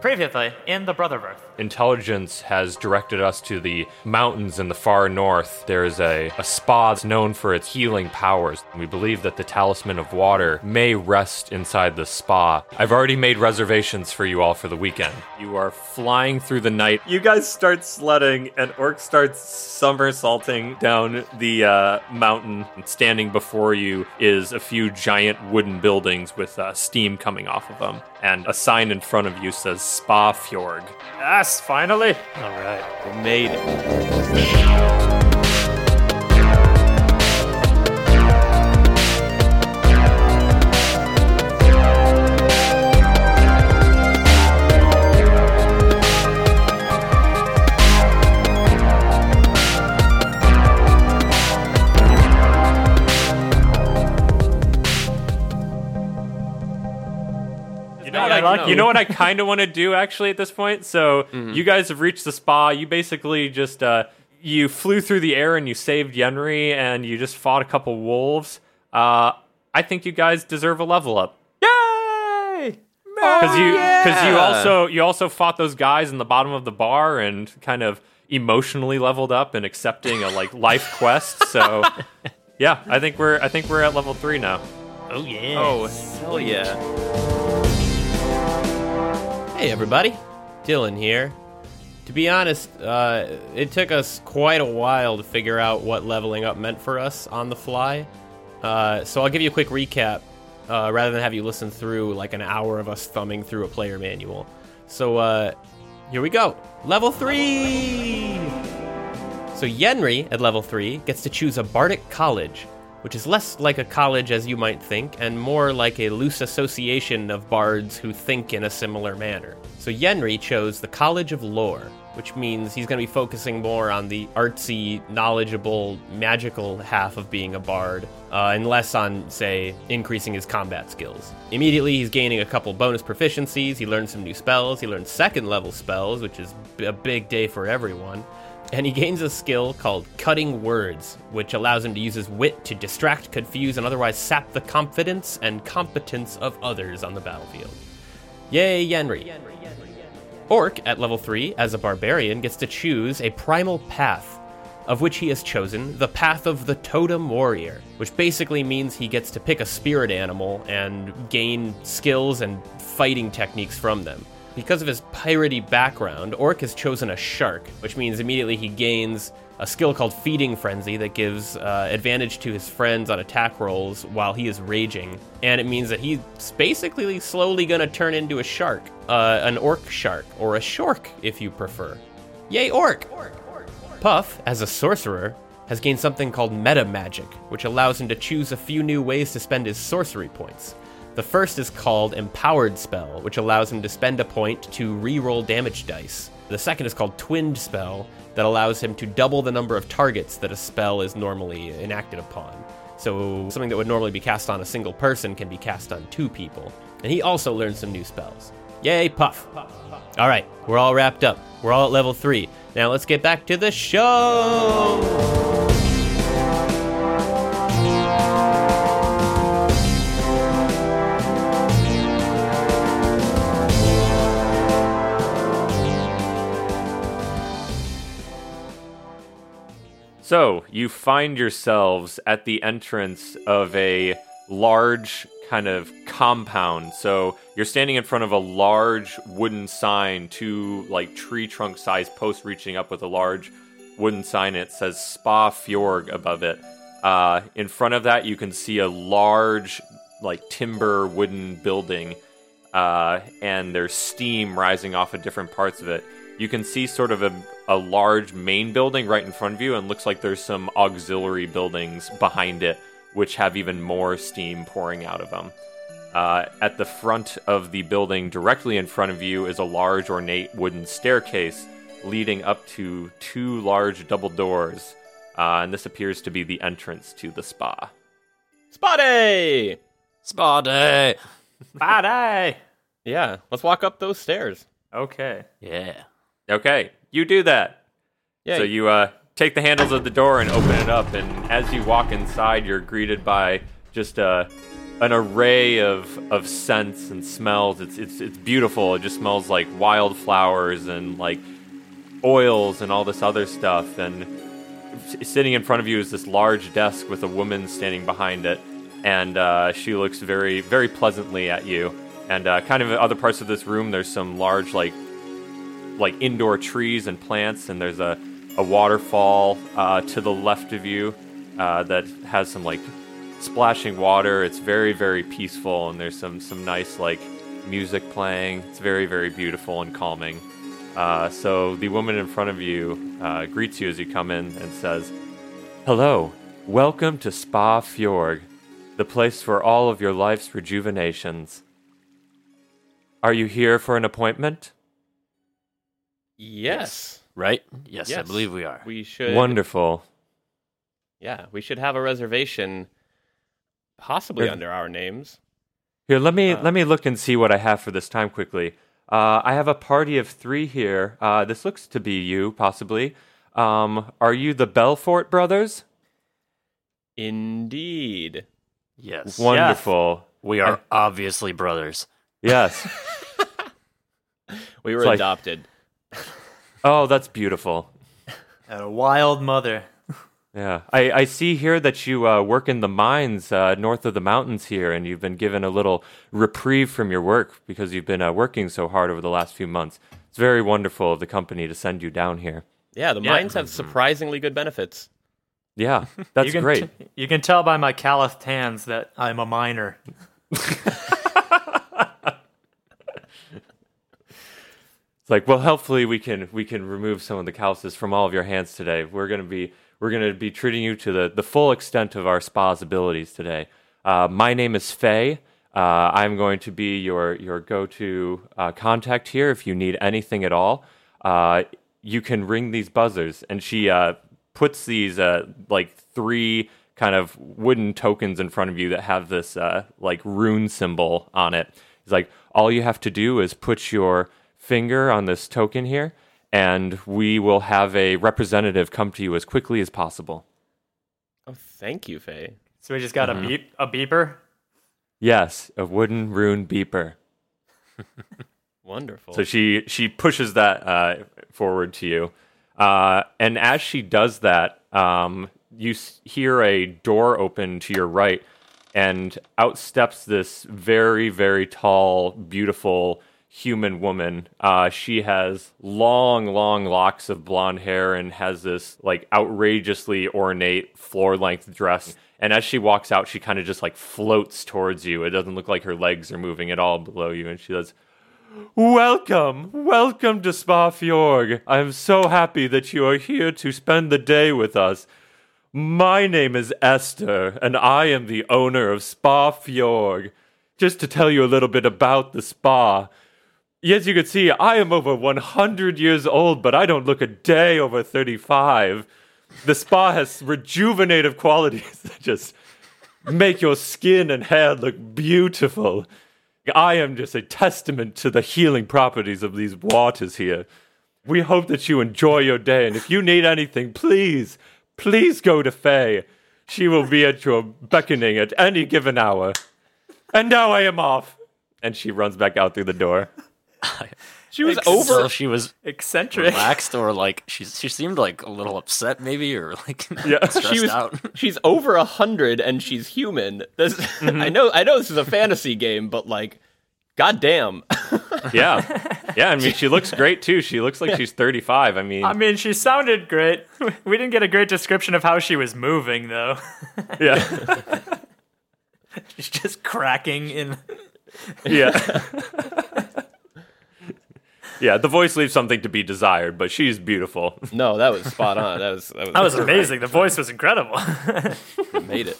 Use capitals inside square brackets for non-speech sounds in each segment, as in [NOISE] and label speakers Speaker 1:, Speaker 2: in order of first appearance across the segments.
Speaker 1: Previously, in the Brotherverse.
Speaker 2: Intelligence has directed us to the mountains in the far north. There is a, a spa that's known for its healing powers. We believe that the Talisman of Water may rest inside the spa. I've already made reservations for you all for the weekend. You are flying through the night.
Speaker 3: You guys start sledding, and Orc starts somersaulting down the uh, mountain. And standing before you is a few giant wooden buildings with uh, steam coming off of them. And a sign in front of you says Spa Fjorg.
Speaker 1: Yes, finally.
Speaker 4: All right.
Speaker 3: We made it. You know, what
Speaker 1: I
Speaker 3: I,
Speaker 1: like
Speaker 3: you
Speaker 1: you.
Speaker 3: know what I kind of want to do actually at this point. So you guys have reached the spa. You basically just uh, you flew through the air and you saved Yenri and you just fought a couple wolves. Uh, I think you guys deserve a level up
Speaker 5: Yay!
Speaker 3: because you because you
Speaker 5: yeah.
Speaker 3: also you also fought those guys in the bottom of the bar and kind of emotionally leveled up and accepting a like life quest. [LAUGHS] So yeah, I think we're I think we're at level three now.
Speaker 4: Oh yeah.
Speaker 5: Oh, hell yeah.
Speaker 6: Hey, everybody. Dylan here. To be honest, uh, it took us quite a while to figure out what leveling up meant for us on the fly. Uh, so I'll give you a quick recap uh, rather than have you listen through like an hour of us thumbing through a player manual. So uh, here we go. Level three! So Yenri at level 3 gets to choose a bardic college, which is less like a college as you might think and more like a loose association of bards who think in a similar manner. So Yenri chose the College of Lore, which means he's going to be focusing more on the artsy, knowledgeable, magical half of being a bard, uh, and less on, say, increasing his combat skills. Immediately, he's gaining a couple bonus proficiencies. He learns some new spells. He learns second level spells, which is b- a big day for everyone and he gains a skill called Cutting Words, which allows him to use his wit to distract, confuse, and otherwise sap the confidence and competence of others on the battlefield. Yay, Yenri. Orc, at level 3, as a barbarian, gets to choose a primal path, of which he has chosen the path of the Totem Warrior, which basically means he gets to pick a spirit animal and gain skills and fighting techniques from them. Because of his piratey background, Orc has chosen a shark, which means immediately he gains a skill called Feeding Frenzy that gives uh, advantage to his friends on attack rolls while he is raging. And it means that he's basically slowly going to turn into a shark, uh, an orc shark, or a shork if you prefer. Yay, orc! Puff, as a sorcerer, has gained something called meta magic, which allows him to choose a few new ways to spend his sorcery points. The first is called Empowered Spell, which allows him to spend a point to reroll damage dice. The second is called Twinned Spell, that allows him to double the number of targets that a spell is normally enacted upon. So something that would normally be cast on a single person can be cast on two people. And he also learned some new spells. Yay, Puff! All right, we're all wrapped up. We're all at level three. Now let's get back to the show.
Speaker 3: So you find yourselves at the entrance of a large kind of compound. So you're standing in front of a large wooden sign, two like tree trunk sized posts reaching up with a large wooden sign. It says Spa Fjorg above it. Uh, in front of that, you can see a large like timber wooden building uh, and there's steam rising off of different parts of it. You can see sort of a, a large main building right in front of you, and looks like there's some auxiliary buildings behind it, which have even more steam pouring out of them. Uh, at the front of the building, directly in front of you, is a large ornate wooden staircase leading up to two large double doors, uh, and this appears to be the entrance to the spa.
Speaker 6: Spotty!
Speaker 5: Spa day.
Speaker 1: Bye.
Speaker 6: Yeah, let's walk up those stairs.
Speaker 3: Okay.
Speaker 5: Yeah.
Speaker 3: Okay, you do that.
Speaker 6: Yeah.
Speaker 3: So you uh, take the handles of the door and open it up, and as you walk inside, you're greeted by just a an array of, of scents and smells. It's, it's, it's beautiful. It just smells like wildflowers and like oils and all this other stuff. And s- sitting in front of you is this large desk with a woman standing behind it, and uh, she looks very, very pleasantly at you. And uh, kind of in other parts of this room, there's some large like, like indoor trees and plants, and there's a, a waterfall uh, to the left of you uh, that has some like splashing water. It's very, very peaceful, and there's some some nice like music playing. It's very, very beautiful and calming. Uh, so the woman in front of you uh, greets you as you come in and says, "Hello, welcome to Spa Fjord, the place for all of your life's rejuvenations. Are you here for an appointment?
Speaker 6: Yes.
Speaker 5: Right? Yes, I
Speaker 6: Yes.
Speaker 5: believe we are.
Speaker 6: We should.
Speaker 3: Wonderful.
Speaker 6: Yeah, we should have a reservation, possibly under our names.
Speaker 3: Here, let
Speaker 6: Uh,
Speaker 3: me let me look and see what I have for this time quickly. Uh, I have a party of three here. Uh, this looks to be you, possibly. Um, are you the Belfort brothers?
Speaker 6: Indeed.
Speaker 5: yes.
Speaker 3: Wonderful.
Speaker 5: we are obviously brothers. [LAUGHS]
Speaker 3: Yes.
Speaker 6: We were
Speaker 3: It's like-
Speaker 6: adopted.
Speaker 3: oh, that's beautiful.
Speaker 1: And a wild mother.
Speaker 3: Yeah. I, I see here that you uh, work in the mines uh, north of the mountains here, and you've been given a little reprieve from your work because you've been uh, working so hard over the last few months. It's very wonderful of the company to send you down here.
Speaker 6: Yeah, the mines have
Speaker 5: Mm-hmm.
Speaker 6: surprisingly good benefits.
Speaker 3: Yeah, that's
Speaker 1: [LAUGHS] You can
Speaker 3: great.
Speaker 1: t- you can tell by my calloused hands that I'm a miner.
Speaker 3: It's like, well, hopefully we can we can remove some of the calluses from all of your hands today. We're gonna be we're gonna be treating you to the the full extent of our spa's abilities today. Uh, my name is Faye. Uh, I'm going to be your your go to uh, contact here if you need anything at all. Uh, you can ring these buzzers, and she uh, puts these uh, like three kind of wooden tokens in front of you that have this uh, like rune symbol on it. It's like all you have to do is put your finger on this token here, and we will have a representative come to you as quickly as possible.
Speaker 6: Oh, thank you, Faye.
Speaker 1: So we just got a beep, a beeper.
Speaker 3: Yes, a wooden rune beeper.
Speaker 6: Wonderful.
Speaker 3: So she she pushes that uh, forward to you, uh, and as she does that, um, you s- hear a door open to your right, and out steps this very very tall, beautiful human woman. Uh, she has long long locks of blonde hair and has this like outrageously ornate floor length dress. And as she walks out, she kind of just like floats towards you. It doesn't look like her legs are moving at all below you. And she says, Welcome, welcome to Spa Fjorg. I am so happy that you are here to spend the day with us. My name is Esther, and I am the owner of Spa Fjorg. Just to tell you a little bit about the spa. As you can see, I am over 100 years old, but I don't look a day over 35. The spa has rejuvenative qualities [LAUGHS] that just make your skin and hair look beautiful. I am just a testament to the healing properties of these waters here. We hope that you enjoy your day, and if you need anything, please, please go to Faye. She will be at your beckoning at any given hour. And now I am off. And she runs back out through the door.
Speaker 6: she was
Speaker 5: Over.
Speaker 6: over.
Speaker 5: she was
Speaker 6: [LAUGHS]
Speaker 1: Eccentric.
Speaker 5: relaxed or like she she seemed like a little upset maybe or like [LAUGHS]
Speaker 3: Yeah.
Speaker 5: stressed
Speaker 6: She was.
Speaker 5: out.
Speaker 6: [LAUGHS] She's over a hundred, and she's human. This,
Speaker 3: Mm-hmm.
Speaker 6: [LAUGHS] I know. I know this is a fantasy game, but like, goddamn. [LAUGHS]
Speaker 3: Yeah. Yeah, I mean, she looks great too. She looks like she's 35. I
Speaker 1: [LAUGHS]
Speaker 3: mean,
Speaker 1: I mean, she sounded great. We didn't get a great description of how she was moving, though. [LAUGHS]
Speaker 3: yeah. [LAUGHS]
Speaker 1: She's just cracking in.
Speaker 3: Yeah. Yeah, the voice leaves something to be desired, but she's beautiful.
Speaker 6: No, that was spot on. That was. That was,
Speaker 1: That [LAUGHS] was amazing. The voice was incredible.
Speaker 6: made it.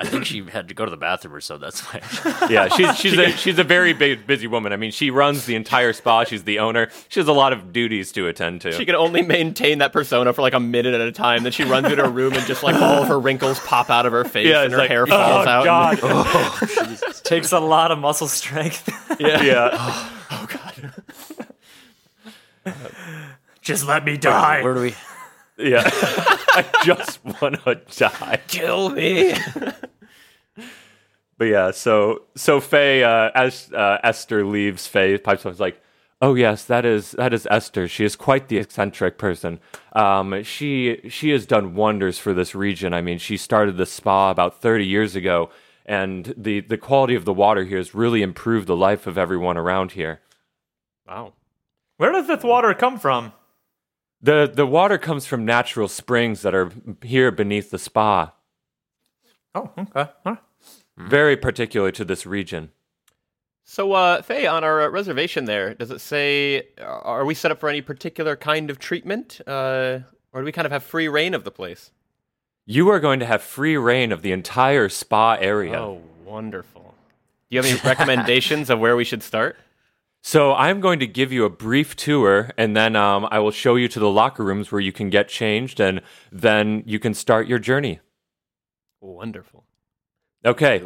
Speaker 5: I think she had to go to the bathroom or so. That's why.
Speaker 3: Yeah, [LAUGHS] she's she's a she's a very bu- busy woman. I mean, she runs the entire spa. She's the owner. She has a lot of duties to attend to.
Speaker 6: She could only maintain that persona for like a minute at a time. Then she runs into her room and just like all of her wrinkles pop out of her face
Speaker 3: yeah,
Speaker 6: and
Speaker 3: it's
Speaker 6: her
Speaker 3: like,
Speaker 6: hair falls
Speaker 3: oh,
Speaker 6: out. [LAUGHS]
Speaker 3: God.
Speaker 1: [LAUGHS] Takes a lot of muscle strength.
Speaker 3: yeah. yeah.
Speaker 1: just let me die.
Speaker 5: Where do we?
Speaker 3: Yeah. [LAUGHS] I just want to die.
Speaker 6: Kill me.
Speaker 3: But yeah, so so Faye, uh, as uh, Esther leaves, Faye pipes up is like, "Oh yes, that is that is Esther. She is quite the eccentric person. Um, she she has done wonders for this region. I mean, she started the spa about thirty years ago, and the the quality of the water here has really improved the life of everyone around here.
Speaker 6: Wow.
Speaker 1: Where does this water come from?
Speaker 3: the The water comes from natural springs that are here beneath the spa,
Speaker 1: Oh, okay. All right. Mm-hmm.
Speaker 3: very particular to this region."
Speaker 6: So, uh, Faye, on our uh, reservation there, does it say uh, are we set up for any particular kind of treatment, uh, or do we kind of have free reign of the place?
Speaker 3: You are going to have free reign of the entire spa area.
Speaker 6: Oh, wonderful. Do you have any recommendations of where we should start?
Speaker 3: So I'm going to give you a brief tour, and then um, I will show you to the locker rooms where you can get changed, and then you can start your journey.
Speaker 6: Wonderful.
Speaker 3: Okay,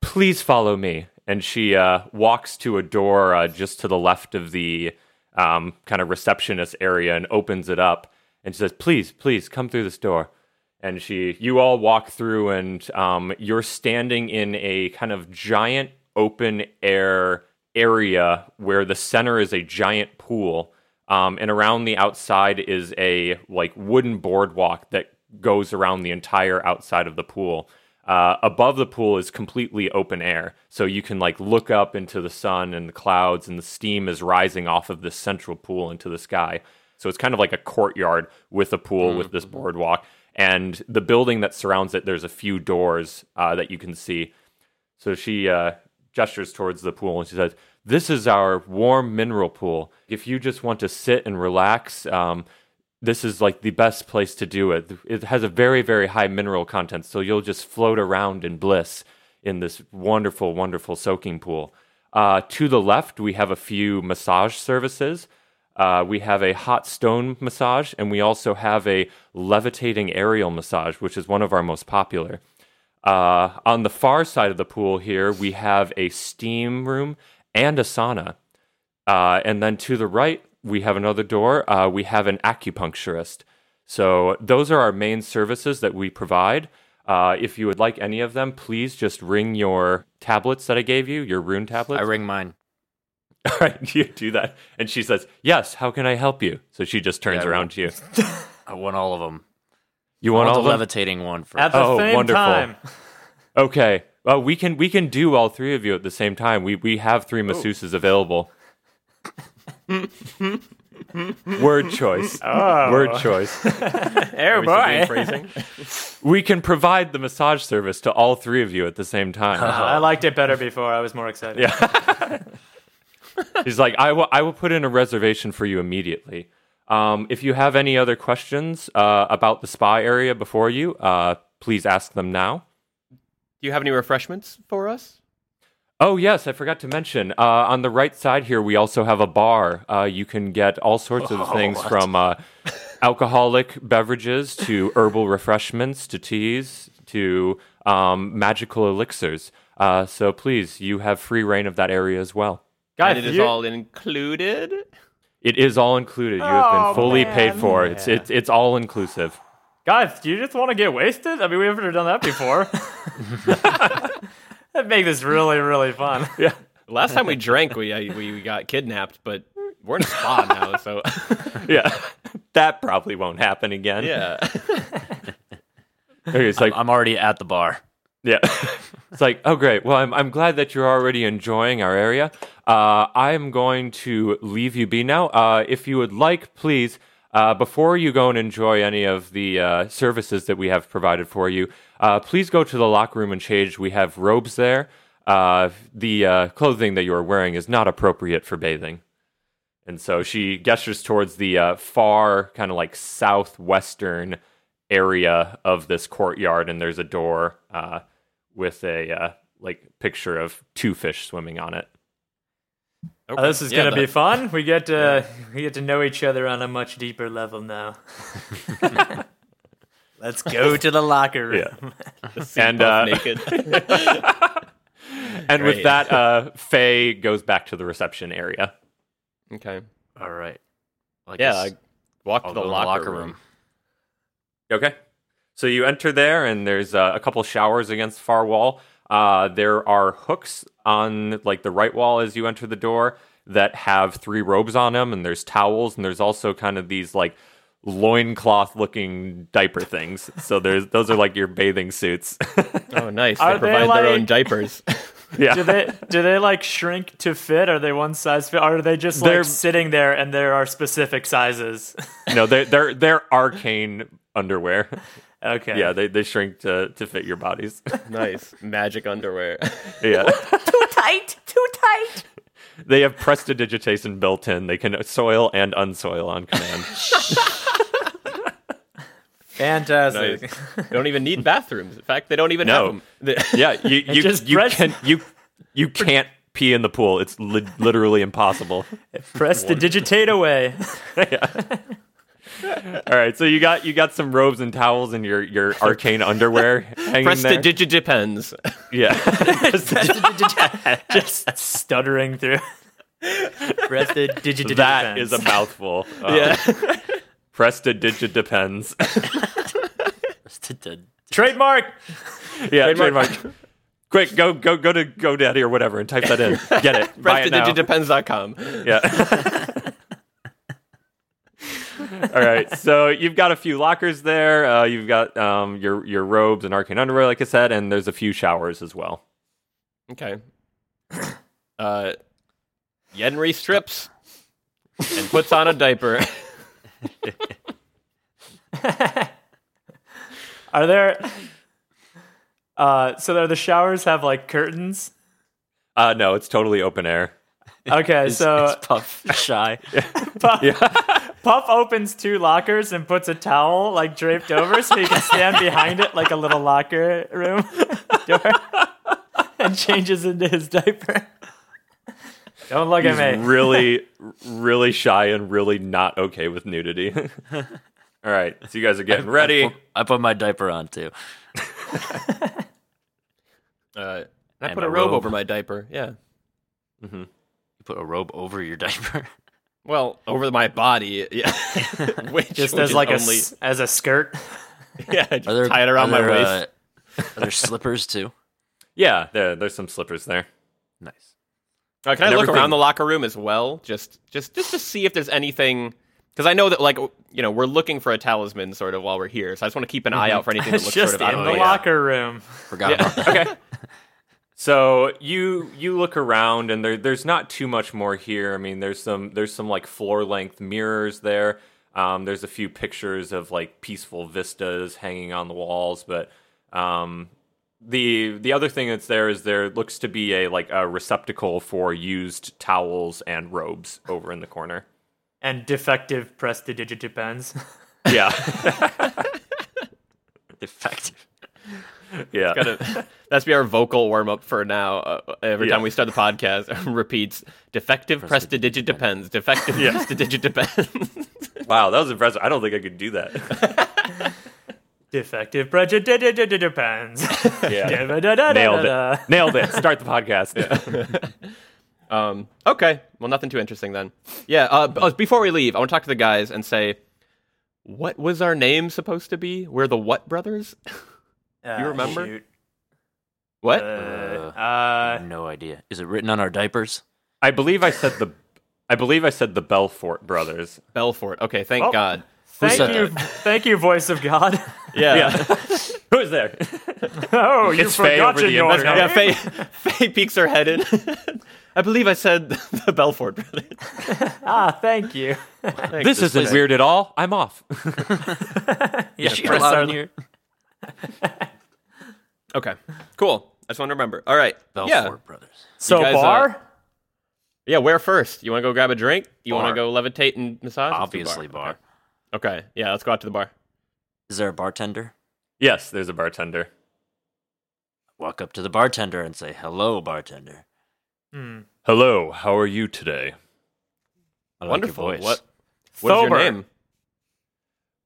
Speaker 3: please follow me. And she uh, walks to a door uh, just to the left of the um, kind of receptionist area and opens it up and says, "Please, please come through this door." And she, you all walk through, and um, you're standing in a kind of giant open air area where the center is a giant pool, um, and around the outside is a like wooden boardwalk that goes around the entire outside of the pool. Uh, above the pool is completely open air, so you can like look up into the sun and the clouds, and the steam is rising off of this central pool into the sky. So it's kind of like a courtyard with a pool with this boardwalk, and the building that surrounds it. There's a few doors uh, that you can see. So she uh, gestures towards the pool and she says, "This is our warm mineral pool. If you just want to sit and relax, um, this is like the best place to do it. It has a very, very high mineral content, so you'll just float around in bliss in this wonderful, wonderful soaking pool. Uh, to the left, we have a few massage services. Uh, we have a hot stone massage, and we also have a levitating aerial massage, which is one of our most popular. Uh, on the far side of the pool here, we have a steam room and a sauna. Uh, and then to the right, we have another door. Uh, we have an acupuncturist. So those are our main services that we provide. Uh, if you would like any of them, please just ring your tablets that I gave you, your rune tablets.
Speaker 5: I ring mine.
Speaker 3: All [LAUGHS] right, you do that. And she says, Yes, how can I help you? So she just turns
Speaker 5: Yeah, I
Speaker 3: around to
Speaker 5: [LAUGHS]
Speaker 3: you.
Speaker 5: I want all of them.
Speaker 3: You
Speaker 5: I
Speaker 3: want
Speaker 5: want
Speaker 3: all
Speaker 5: the
Speaker 3: of them?
Speaker 5: levitating one for
Speaker 1: At the
Speaker 3: Oh,
Speaker 1: same
Speaker 3: wonderful.
Speaker 1: time.
Speaker 3: [LAUGHS] Okay. Well, we can we can do all three of you at the same time. We we have
Speaker 1: Oh.
Speaker 3: three masseuses available. [LAUGHS] Word choice. Word choice.
Speaker 1: Oh, boy.
Speaker 6: [LAUGHS]
Speaker 3: We can provide the massage service to all three of you at the
Speaker 1: [LAUGHS]
Speaker 3: same time.
Speaker 1: Uh, I liked it better before. I was more excited. Yeah.
Speaker 3: He's like, I will I will put in a reservation for you immediately. Um, if you have any other questions uh, about the spa area before you, uh, please ask them now.
Speaker 6: Do you have any refreshments for us?
Speaker 3: Oh yes, I forgot to mention. Uh, on the right side here, we also have a bar. Uh, you can get all sorts of things from uh, alcoholic beverages to herbal refreshments to teas to um, magical elixirs. Uh, so please, you have free reign of that area as well.
Speaker 1: Guys,
Speaker 6: and it is
Speaker 1: you-
Speaker 6: all included.
Speaker 3: It is all included. You have
Speaker 1: Oh,
Speaker 3: been fully paid
Speaker 1: man.
Speaker 3: for. It's it's it's all inclusive. [LAUGHS]
Speaker 1: Guys, do you just want to get wasted? I mean, we've never done that before. [LAUGHS] That'd make this really, really fun.
Speaker 6: Last [LAUGHS] time we drank, we I, we we got kidnapped, but we're in a spa now, so
Speaker 3: Yeah, [LAUGHS] that probably won't happen again.
Speaker 6: [LAUGHS] yeah.
Speaker 3: Okay, it's like
Speaker 5: I'm already at the bar.
Speaker 3: Yeah. [LAUGHS] it's like, oh, great. Well, I'm, I'm glad that you're already enjoying our area. Uh, I'm going to leave you be now. Uh, if you would like, please, uh, before you go and enjoy any of the uh, services that we have provided for you, uh, please go to the locker room and change. We have robes there. Uh, the uh, clothing that you are wearing is not appropriate for bathing. And so she gestures towards the uh, far, kind of like southwestern area of this courtyard, and there's a door uh, with a uh, like picture of two fish swimming on it.
Speaker 1: Uh, this is
Speaker 6: Yeah,
Speaker 1: gonna
Speaker 6: that-
Speaker 1: be fun. We get to we get to know each other on a much deeper level now. Let's go to the locker room.
Speaker 3: And uh,
Speaker 6: naked.
Speaker 3: [LAUGHS]
Speaker 6: [LAUGHS]
Speaker 3: and with
Speaker 6: Great.
Speaker 3: that, uh, Faye goes back to the reception area.
Speaker 6: okay.
Speaker 5: All right. Well, I
Speaker 6: Yeah,
Speaker 5: guess
Speaker 6: I walk
Speaker 5: I'll
Speaker 6: to Oh, the
Speaker 5: go to
Speaker 6: locker, room.
Speaker 3: Okay. So you enter there, and there's uh, a couple showers against the far wall. Uh, there are hooks on like the right wall as you enter the door that have three robes on them, and there's towels, and there's also kind of these like loincloth looking diaper things. So there's those are like your bathing suits.
Speaker 6: [LAUGHS]
Speaker 3: [LAUGHS]
Speaker 6: Oh, nice.
Speaker 1: Are
Speaker 6: they
Speaker 1: they
Speaker 6: provide their own
Speaker 1: like-
Speaker 6: [LAUGHS] diapers.
Speaker 3: yeah.
Speaker 1: Do they do they like shrink to fit? Are they one size fit? Are they just like
Speaker 3: They're-
Speaker 1: sitting there and there are specific sizes? [LAUGHS]
Speaker 3: no, they're they're they're arcane underwear.
Speaker 1: okay.
Speaker 3: Yeah, they, they shrink to, to fit your bodies. [LAUGHS]
Speaker 6: nice. Magic underwear. [LAUGHS]
Speaker 3: yeah.
Speaker 4: tight, too tight.
Speaker 3: They have prestidigitation built in. They can soil and unsoil on command.
Speaker 1: Fantastic.
Speaker 6: Nice. they don't even [LAUGHS] need bathrooms. In fact, they don't even
Speaker 3: No.
Speaker 6: [LAUGHS] have them.
Speaker 3: yeah, you you,
Speaker 1: just
Speaker 3: you
Speaker 1: press-
Speaker 3: can you you can't pee in the pool. It's li- literally impossible.
Speaker 1: Press the digitate away. [LAUGHS]
Speaker 3: All right, so you got you got some robes and towels and your your arcane underwear hanging there.
Speaker 6: Prestidigidepends.
Speaker 3: yeah. [LAUGHS]
Speaker 1: just stuttering through. Press
Speaker 5: [LAUGHS]
Speaker 1: the digitate.
Speaker 3: that is a mouthful. Uh, yeah. Prestidigit depends. [LAUGHS]
Speaker 1: trademark.
Speaker 3: yeah,
Speaker 6: Trademark.
Speaker 3: trademark. Quick, go go go to GoDaddy or whatever and type that in. Get it. Buy it now.
Speaker 6: Prestidigidepends.com.
Speaker 3: Yeah. [LAUGHS] All right, so you've got a few lockers there. Uh, you've got um, your your robes and arcane underwear, like I said, and there's a few showers as well.
Speaker 6: Okay. Uh, Yenri strips and puts on a diaper.
Speaker 1: Are there? Uh, so there, the showers have like curtains.
Speaker 3: Uh, no, it's totally open air.
Speaker 1: Okay, so
Speaker 6: Uh,
Speaker 5: it's [LAUGHS] puff
Speaker 1: [LAUGHS]
Speaker 5: shy.
Speaker 1: Puff, Puff opens two lockers and puts a towel like draped over so he can stand behind it like a little locker room [LAUGHS] door and changes into his diaper. Don't look
Speaker 3: He's
Speaker 1: at me.
Speaker 5: [LAUGHS]
Speaker 3: really, really shy and really not okay with nudity. [LAUGHS] All right, so you guys are getting ready.
Speaker 5: I put my diaper on too.
Speaker 6: Uh, and I
Speaker 5: And
Speaker 6: put
Speaker 5: a
Speaker 6: a robe
Speaker 5: robe.
Speaker 6: over my diaper. Yeah.
Speaker 5: You put a robe over your [LAUGHS] diaper.
Speaker 6: Well, over my body. Yeah. [LAUGHS] Which
Speaker 1: Just as
Speaker 6: would
Speaker 1: like a
Speaker 6: only-
Speaker 1: s- as a skirt.
Speaker 6: [LAUGHS] yeah, just tie it around my
Speaker 5: are there,
Speaker 6: waist.
Speaker 5: uh, are there
Speaker 6: [LAUGHS]
Speaker 5: slippers too?
Speaker 3: yeah, there, there's some slippers there.
Speaker 5: Nice.
Speaker 6: Uh, can I
Speaker 3: and
Speaker 6: look
Speaker 3: everything-
Speaker 6: around the locker room as well, just just just to see if there's anything? Because I know that like w- you know we're looking for a talisman sort of while we're here, so I just want to keep an eye out for
Speaker 1: [LAUGHS]
Speaker 6: anything that
Speaker 1: It's
Speaker 6: looks
Speaker 1: just
Speaker 6: sort of out
Speaker 1: in
Speaker 6: of
Speaker 1: the
Speaker 6: place.
Speaker 1: locker room.
Speaker 5: Forgot about that.
Speaker 3: okay. So you you look around and there there's not too much more here. I mean, there's some there's some like floor length mirrors there. Um, there's a few pictures of like peaceful vistas hanging on the walls, but um, the the other thing that's there is there looks to be a like a receptacle for used towels and robes over in the corner.
Speaker 1: And defective prestidigit pens.
Speaker 3: Yeah,
Speaker 5: Effective.
Speaker 3: yeah.
Speaker 6: Gotta- That's be our vocal warm up for now. Uh, every
Speaker 3: Yeah.
Speaker 6: time we start the podcast, [LAUGHS] repeats defective prestidigit depends. Defective prestidigit depends. [LAUGHS]
Speaker 3: Wow, that was impressive. I don't think I could do that.
Speaker 1: [LAUGHS] Defective prestidigit pens.
Speaker 3: Yeah,
Speaker 1: [LAUGHS]
Speaker 3: nailed
Speaker 1: Da-da-da-da-da-da.
Speaker 3: it. Nailed it. Start the podcast.
Speaker 6: Um, okay. Well, nothing too interesting then. Yeah. Uh, b- oh, before we leave, I want to talk to the guys and say, what was our name supposed to be? We're the What Brothers? [LAUGHS]
Speaker 1: Uh,
Speaker 6: You remember?
Speaker 1: shoot.
Speaker 6: What?
Speaker 1: Uh,
Speaker 5: No idea. Is it written on our diapers?
Speaker 3: I believe I said the I believe I said the Belfort brothers.
Speaker 6: Belfort. Okay. Thank
Speaker 1: Oh.
Speaker 6: God.
Speaker 1: thank
Speaker 5: said
Speaker 1: you, [LAUGHS] thank you, voice of God.
Speaker 6: Yeah.
Speaker 3: Who's there?
Speaker 1: [LAUGHS] Oh, you
Speaker 3: It's Faye
Speaker 1: forgot
Speaker 3: over the
Speaker 1: your
Speaker 3: internet.
Speaker 1: name.
Speaker 6: Yeah, Faye, [LAUGHS] Faye peeks her head in. [LAUGHS] I believe I said [LAUGHS] the Belfort brothers. [LAUGHS]
Speaker 1: Ah, thank you. [LAUGHS]
Speaker 3: this isn't weird at all. I'm off.
Speaker 5: Yeah,
Speaker 1: you're allowed in here.
Speaker 6: Okay, cool. I just want to remember. All right.
Speaker 5: Belfort
Speaker 6: yeah.
Speaker 5: Brothers.
Speaker 1: So
Speaker 6: guys, uh,
Speaker 1: bar?
Speaker 6: Yeah, where first? You want to go grab a drink? You want to go
Speaker 5: Bar.
Speaker 6: levitate and massage? Let's do
Speaker 5: Obviously, bar.
Speaker 6: Okay. Okay, yeah, let's go out to the bar.
Speaker 5: Is there a bartender?
Speaker 3: yes, there's a bartender.
Speaker 5: Walk up to the bartender and say, "Hello, bartender."
Speaker 3: Hello, how are you today?
Speaker 5: I like
Speaker 6: Wonderful.
Speaker 5: Your voice.
Speaker 6: What? What's your
Speaker 1: Thober.
Speaker 6: name?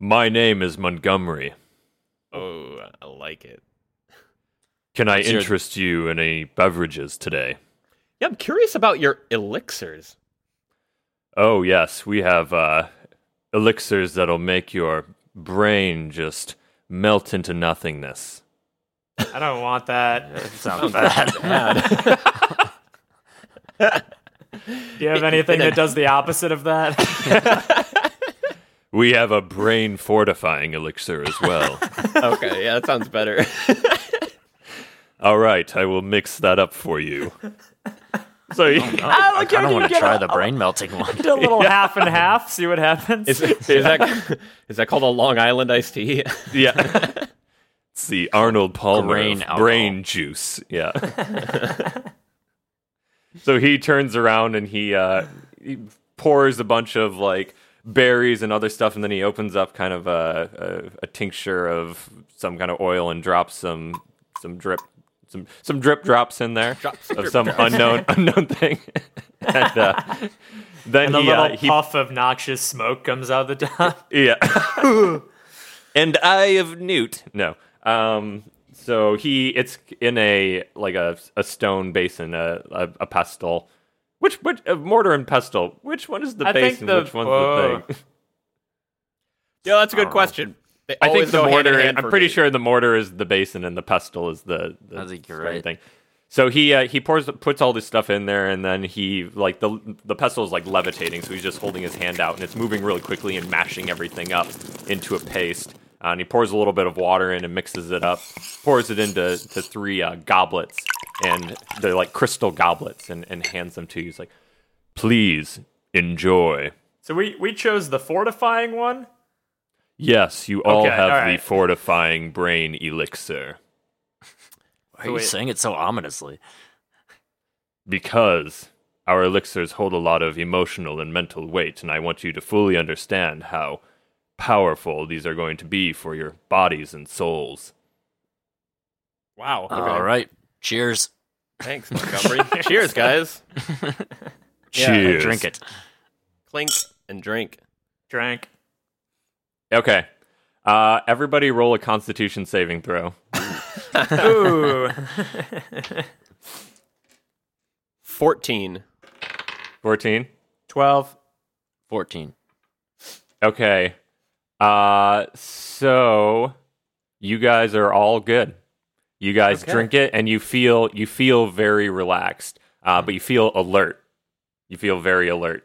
Speaker 3: My name is Montgomery.
Speaker 6: Oh, I like it.
Speaker 3: Can I
Speaker 5: What's your-
Speaker 3: interest you in any beverages today?
Speaker 6: Yeah, I'm curious about your elixirs.
Speaker 3: Oh yes, we have uh, elixirs that'll make your brain just melt into nothingness.
Speaker 1: [LAUGHS] I don't want that.
Speaker 5: Sounds bad.
Speaker 1: [LAUGHS] Do you have anything that does the opposite of that? [LAUGHS]
Speaker 3: We have a brain fortifying elixir as well.
Speaker 6: okay, yeah, that sounds better.
Speaker 3: All right, I will mix that up for you. So you,
Speaker 5: I kind of want to try the brain melting one.
Speaker 1: Do a little half and half, see what happens.
Speaker 6: Is, is that is that called a Long Island iced tea?
Speaker 3: yeah. [LAUGHS] It's the Arnold Palmer
Speaker 5: Grain
Speaker 3: brain,
Speaker 5: alcohol.
Speaker 3: brain juice. Yeah. [LAUGHS] so he turns around and he, uh, he pours a bunch of like berries and other stuff, and then he opens up kind of a, a, a tincture of some kind of oil and drops some some drip. Some, some drip drops in there of some unknown unknown thing, [LAUGHS] and uh, then
Speaker 1: and a
Speaker 3: he,
Speaker 1: little
Speaker 3: uh, he
Speaker 1: puff of noxious smoke comes out of the [LAUGHS] top.
Speaker 3: yeah. [LAUGHS]
Speaker 1: [LAUGHS]
Speaker 3: and Eye of Newt. No. Um. So he, it's in a like a, a stone basin, a a, a pestle. Which which a mortar and pestle? Which one is the
Speaker 1: I think
Speaker 3: basin?
Speaker 1: the-
Speaker 3: which one's
Speaker 1: whoa.
Speaker 3: the thing?
Speaker 6: yeah, that's a good question. They
Speaker 3: I think
Speaker 6: always
Speaker 3: the
Speaker 6: go hand in
Speaker 3: mortar.
Speaker 6: hand
Speaker 3: I'm
Speaker 6: for
Speaker 3: pretty
Speaker 6: me.
Speaker 3: sure the mortar is the basin and the pestle is the. the
Speaker 5: I think you're
Speaker 3: stone
Speaker 5: right.
Speaker 3: Thing. So he uh, he pours puts all this stuff in there and then he like the the pestle is like levitating, so he's just holding his hand out and it's moving really quickly and mashing everything up into a paste. Uh, and he pours a little bit of water in and mixes it up, pours it into to three uh, goblets, and they're like crystal goblets, and, and hands them to you. He's like, "Please enjoy."
Speaker 1: So we, we chose the fortifying one.
Speaker 3: Yes, you all
Speaker 1: Okay,
Speaker 3: have
Speaker 1: all
Speaker 3: the
Speaker 1: right.
Speaker 3: fortifying brain elixir.
Speaker 5: Why are you
Speaker 1: Wait.
Speaker 5: saying it so ominously?
Speaker 3: because our elixirs hold a lot of emotional and mental weight, and I want you to fully understand how powerful these are going to be for your bodies and souls.
Speaker 6: Wow. Okay.
Speaker 5: All right. Cheers.
Speaker 6: Thanks, Montgomery. Cheers, guys. Yeah,
Speaker 3: Cheers.
Speaker 5: Drink it.
Speaker 6: Clink and drink.
Speaker 1: Drank.
Speaker 3: Okay. Uh, everybody roll a constitution saving throw.
Speaker 1: Ooh. [LAUGHS]
Speaker 6: 14.
Speaker 3: 14.
Speaker 1: 12.
Speaker 5: 14.
Speaker 3: Okay. Uh, so you guys are all good. You guys drink it, and you feel you feel very relaxed, uh, but you feel alert. You feel very alert.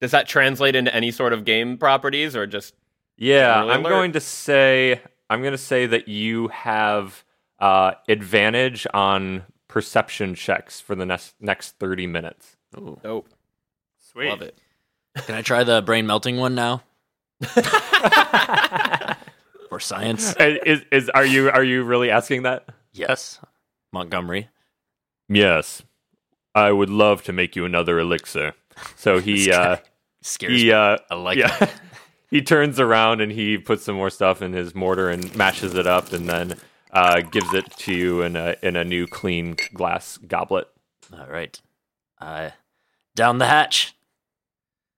Speaker 6: Does that translate into any sort of game properties or just
Speaker 3: Yeah,
Speaker 6: Generally
Speaker 3: I'm
Speaker 6: alert.
Speaker 3: going to say I'm going to say that you have uh, advantage on perception checks for the next next 30 minutes.
Speaker 6: dope?
Speaker 1: Sweet.
Speaker 6: Love it.
Speaker 5: Can I try the brain melting one now? For
Speaker 3: [LAUGHS]
Speaker 5: science?
Speaker 3: Uh, Is, is are you are you really asking that?
Speaker 5: Yes. Montgomery.
Speaker 3: Yes, I would love to make you another elixir. So he uh,
Speaker 5: Scares
Speaker 3: he uh,
Speaker 5: I like
Speaker 3: yeah. [LAUGHS]
Speaker 5: that.
Speaker 3: he turns around and he puts some more stuff in his mortar and mashes it up, and then uh, gives it to you in a in a new clean glass goblet.
Speaker 5: All right. Uh, down the hatch.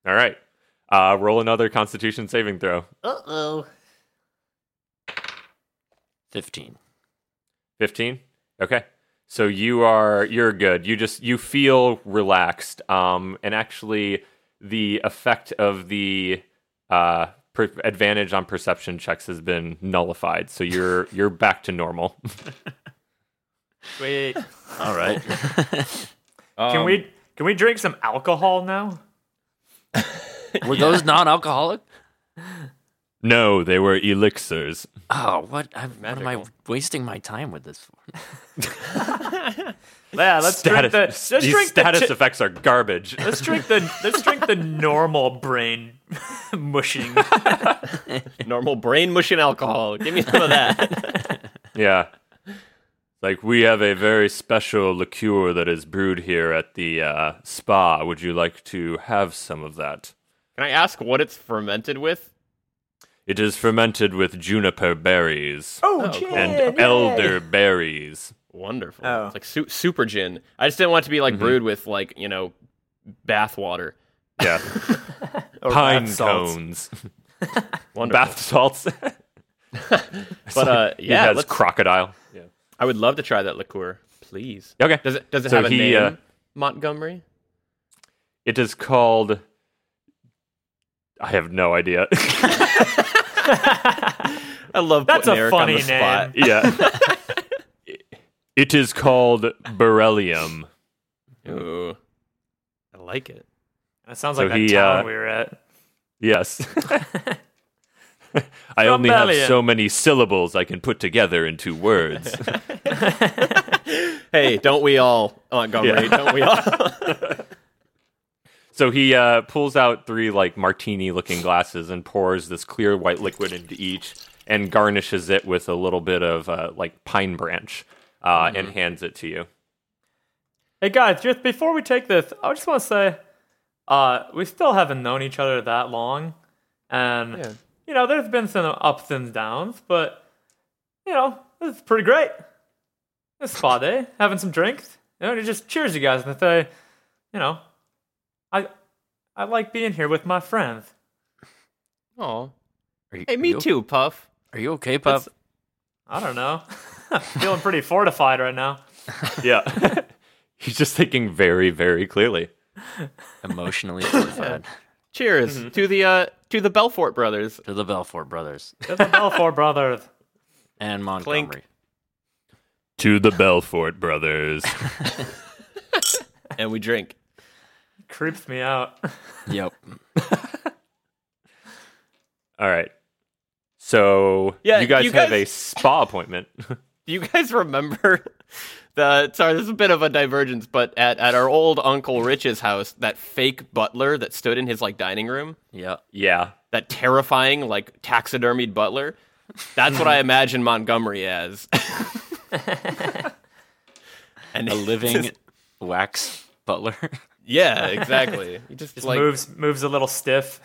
Speaker 3: All right. Uh, roll another Constitution saving throw.
Speaker 4: Uh oh.
Speaker 6: [LAUGHS]
Speaker 5: 15.
Speaker 3: Fifteen. Okay. So you are you're good. You just you feel relaxed. Um, and actually, the effect of the uh per- advantage on perception checks has been nullified. So
Speaker 1: [LAUGHS]
Speaker 3: you're you're back to normal. [LAUGHS]
Speaker 1: Sweet.
Speaker 5: All right.
Speaker 1: Can
Speaker 6: Um,
Speaker 1: we can we drink some alcohol now?
Speaker 5: Were those non alcoholic?
Speaker 3: No, they were elixirs.
Speaker 5: Oh, what, I'm, what am I wasting my time with this for?
Speaker 1: Yeah, let's drink
Speaker 3: Status,
Speaker 1: the let's
Speaker 3: these
Speaker 1: drink
Speaker 3: status
Speaker 1: the ti-
Speaker 3: effects are
Speaker 1: [LAUGHS]
Speaker 3: garbage.
Speaker 1: let's drink the let's drink the normal brain [LAUGHS] mushing.
Speaker 6: normal brain mushing alcohol? Give me some of [LAUGHS] that.
Speaker 3: Yeah. Like we have a very special liqueur that is brewed here at the uh, spa. Would you like to have some of that?
Speaker 6: Can I ask what it's fermented with?
Speaker 3: It is fermented with juniper berries
Speaker 1: [LAUGHS] Oh,
Speaker 3: and elder berries.
Speaker 6: Wonderful.
Speaker 1: Oh.
Speaker 6: It's like su- super gin. I just didn't want it to be
Speaker 3: Mm-hmm.
Speaker 6: like brewed with like, you know, bath water. [LAUGHS]
Speaker 3: Yeah, pine cones, [LAUGHS]
Speaker 6: Wonderful.
Speaker 3: bath salts.
Speaker 6: but uh
Speaker 3: [LAUGHS]
Speaker 6: yeah,
Speaker 3: it has
Speaker 6: let's-
Speaker 3: crocodile.
Speaker 6: I would love to try that liqueur, please.
Speaker 3: Okay,
Speaker 6: Does it does it
Speaker 3: So
Speaker 6: have a
Speaker 3: he,
Speaker 6: name?
Speaker 3: uh,
Speaker 6: Montgomery?
Speaker 3: It is called. I have no idea. [LAUGHS]
Speaker 6: I love
Speaker 1: That's
Speaker 6: putting
Speaker 1: a
Speaker 6: Eric on
Speaker 1: funny
Speaker 6: the spot.
Speaker 1: name.
Speaker 3: yeah, It is called beryllium.
Speaker 6: Ooh. I like it.
Speaker 1: That sounds
Speaker 3: So
Speaker 1: like that
Speaker 3: he,
Speaker 1: town
Speaker 3: uh,
Speaker 1: we were at. [LAUGHS]
Speaker 3: Yes. [LAUGHS] I only have
Speaker 1: Beryllium.
Speaker 3: so many syllables I can put together into words.
Speaker 6: Hey, don't we all, Montgomery?
Speaker 3: Yeah.
Speaker 6: Don't we all?
Speaker 3: [LAUGHS] so he uh, pulls out three like martini-looking glasses and pours this clear white liquid into each, and garnishes it with a little bit of uh, like pine branch, uh, and hands it to you.
Speaker 1: Hey guys, just before we take this, I just want to say, uh, we still haven't known each other that long, Um, and you know, there's been some ups and downs, but you know, this is pretty great. This is spa day, having some drinks, you know, and it just cheers you guys and say, you know, I, I like being here with my friends.
Speaker 6: Aw.
Speaker 5: Are you,
Speaker 6: Hey,
Speaker 5: are
Speaker 6: me
Speaker 5: you-
Speaker 6: too, Puff.
Speaker 5: Are you okay, Puff?
Speaker 1: I don't know, [LAUGHS] I'm feeling pretty fortified right now.
Speaker 3: Yeah. [LAUGHS] He's just thinking very, very clearly.
Speaker 6: [LAUGHS]
Speaker 5: Emotionally fortified.
Speaker 6: Cheers
Speaker 3: Mm-hmm.
Speaker 6: to the uh to the Belfort brothers.
Speaker 5: to the Belfort brothers
Speaker 1: It's the Belfour brothers.
Speaker 5: and Montgomery.
Speaker 3: To the Belfort brothers.
Speaker 6: And we drink.
Speaker 1: Creeps me out.
Speaker 5: Yep.
Speaker 3: [LAUGHS] All right. So
Speaker 6: Yeah,
Speaker 3: you, guys
Speaker 6: you
Speaker 3: have
Speaker 6: guys-
Speaker 3: a spa [LAUGHS] appointment.
Speaker 6: Do you guys [LAUGHS] remember the sorry, this is a bit of a divergence, but at, at our old Uncle Rich's house, that fake butler that stood in his like dining room,
Speaker 5: Yeah.
Speaker 6: [LAUGHS]
Speaker 3: yeah.
Speaker 6: that terrifying, like taxidermied butler. That's what I imagine Montgomery as. and
Speaker 5: A living
Speaker 6: just-
Speaker 5: wax butler.
Speaker 6: Yeah, exactly. You just, like
Speaker 1: moves moves a little stiff.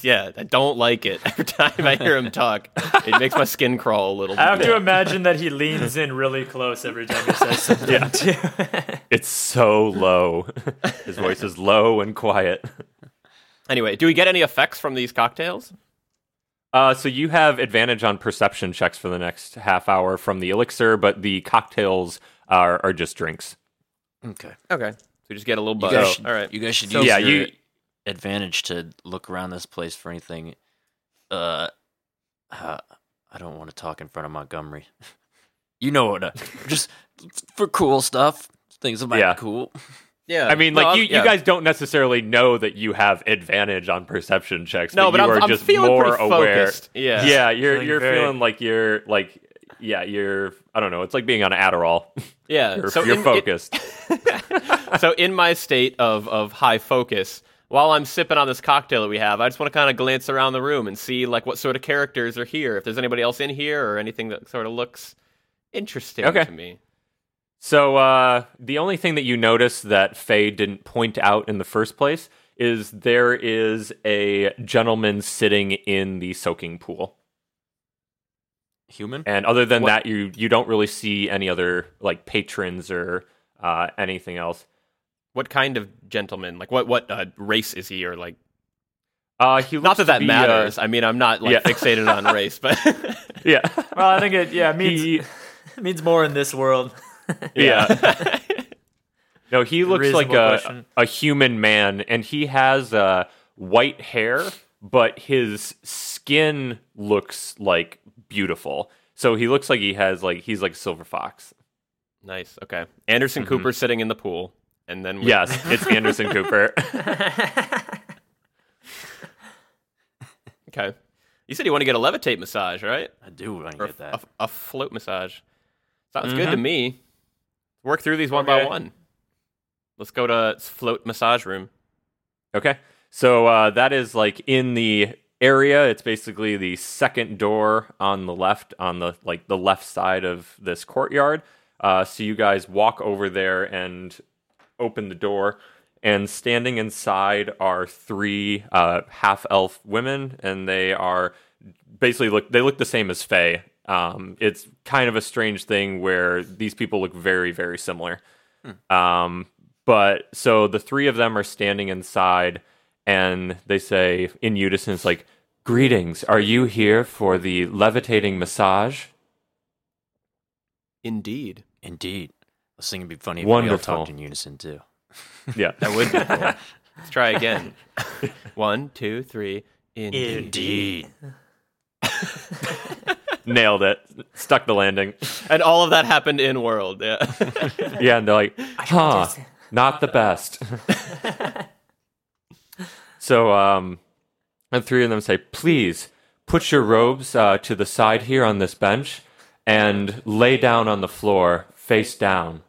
Speaker 6: yeah, I don't like it. [LAUGHS] Every time I hear him talk, it makes my skin crawl a little
Speaker 1: I have
Speaker 6: bit.
Speaker 1: to imagine that he leans in really close every time he says something. too.
Speaker 3: [LAUGHS] It's so low. [LAUGHS] His voice is low and quiet.
Speaker 6: Anyway, do we get any effects from these cocktails?
Speaker 3: Uh, so you have advantage on perception checks for the next half hour from the elixir, but the cocktails are, are just drinks.
Speaker 5: Okay.
Speaker 6: Okay. So we just get a little
Speaker 5: You
Speaker 6: buzz. Oh,
Speaker 5: guys, should,
Speaker 6: All right.
Speaker 5: you guys should
Speaker 6: So-
Speaker 5: use
Speaker 3: yeah,
Speaker 5: your
Speaker 3: you-
Speaker 5: advantage to look around this place for anything. Uh, uh, I don't want to talk in front of Montgomery. [LAUGHS] you know
Speaker 3: [LAUGHS]
Speaker 5: what? Uh, just for cool stuff, things that might
Speaker 3: Yeah.
Speaker 5: be cool.
Speaker 6: yeah.
Speaker 3: I mean,
Speaker 6: No,
Speaker 3: like
Speaker 6: I'm-
Speaker 3: you,
Speaker 6: yeah.
Speaker 3: you guys don't necessarily know that you have advantage on perception checks.
Speaker 6: No,
Speaker 3: but
Speaker 6: but
Speaker 3: you
Speaker 6: I'm-
Speaker 3: are
Speaker 6: I'm
Speaker 3: just
Speaker 6: feeling
Speaker 3: more
Speaker 6: pretty
Speaker 3: aware.
Speaker 6: focused. Yeah.
Speaker 3: yeah, you're
Speaker 1: Feeling
Speaker 3: you're
Speaker 1: very-
Speaker 3: feeling like you're like yeah, you're I don't know. It's like being on Adderall. [LAUGHS]
Speaker 6: Yeah.
Speaker 3: you're
Speaker 6: so
Speaker 3: you're
Speaker 6: in,
Speaker 3: focused.
Speaker 6: [LAUGHS] so in my state of of high focus, while I'm sipping on this cocktail that we have, I just want to kind of glance around the room and see like what sort of characters are here, if there's anybody else in here or anything that sort of looks interesting
Speaker 3: Okay.
Speaker 6: to me.
Speaker 3: So uh, the only thing that you notice that Faye didn't point out in the first place is there is a gentleman sitting in the soaking pool,
Speaker 5: Human?
Speaker 3: and other than that, you you don't really see any other like patrons or uh, anything else.
Speaker 6: What kind of gentleman? Like what what uh, race is he or like
Speaker 3: Uh, he
Speaker 6: not
Speaker 3: looks to
Speaker 6: that that
Speaker 3: be, uh,
Speaker 6: matters. I mean, I'm not like
Speaker 3: Yeah.
Speaker 6: fixated on race, but
Speaker 3: [LAUGHS]
Speaker 6: [LAUGHS]
Speaker 3: yeah,
Speaker 1: Well, I think it yeah means
Speaker 3: He-
Speaker 1: means more in this world.
Speaker 3: yeah. no, he looks like
Speaker 1: Reasonable
Speaker 3: a
Speaker 1: question.
Speaker 3: a human man, and he has uh, white hair, but his skin looks like beautiful. So he looks like he has like he's like a silver fox.
Speaker 6: nice. Okay. Anderson
Speaker 3: Mm-hmm.
Speaker 6: Cooper sitting in the pool and then we-
Speaker 3: Yes, it's Anderson Cooper.
Speaker 6: Okay. You said you want to get a levitate massage, right?
Speaker 5: I do want to
Speaker 6: Or
Speaker 5: get
Speaker 6: a,
Speaker 5: that.
Speaker 6: a float massage. Sounds good to me. Work through these one by
Speaker 1: Okay.
Speaker 6: one. Let's go to float massage room.
Speaker 3: Okay, so uh, that is like in the area. It's basically the second door on the left, on the like the left side of this courtyard. Uh, so you guys walk over there and open the door, and standing inside are three uh, half elf women, and they are basically look they look the same as Faye. Um, it's kind of a strange thing where these people look very very similar. Um, but so the three of them are standing inside and they say in unison, it's like, Greetings, are you here for the levitating massage?
Speaker 6: Indeed.
Speaker 5: Indeed. This thing would be funny if we all
Speaker 3: Wonderful.
Speaker 5: talked in unison, too.
Speaker 3: [LAUGHS] Yeah.
Speaker 6: That would be cool. Let's try again. [LAUGHS] One, two, three. Indeed.
Speaker 5: Indeed.
Speaker 3: Nailed it. Stuck the landing.
Speaker 6: and all of that happened in world. Yeah.
Speaker 3: Yeah, and they're like, huh, not the best. so, um, and three of them say, please put your robes uh, to the side here on this bench and lay down on the floor, face down.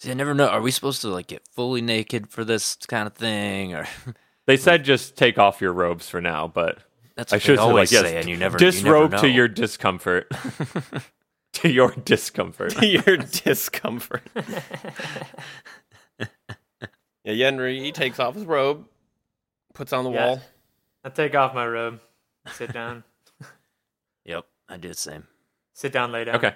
Speaker 5: See, I never know. Are we supposed to like get fully naked for this kind of thing, or [LAUGHS]
Speaker 3: They said just take off your robes for now, but
Speaker 5: that's
Speaker 3: I
Speaker 5: what they
Speaker 3: should say,
Speaker 5: always
Speaker 3: like, yes,
Speaker 5: say, and you never you never
Speaker 3: disrobe to
Speaker 5: know.
Speaker 3: your [LAUGHS] discomfort. to your discomfort.
Speaker 6: your discomfort. yeah, Yenri takes off his robe, puts on the
Speaker 1: Yeah.
Speaker 6: wall.
Speaker 1: I take off my robe, sit down,
Speaker 5: Yep, I do the same.
Speaker 1: sit down, lay down.
Speaker 3: [LAUGHS] Okay.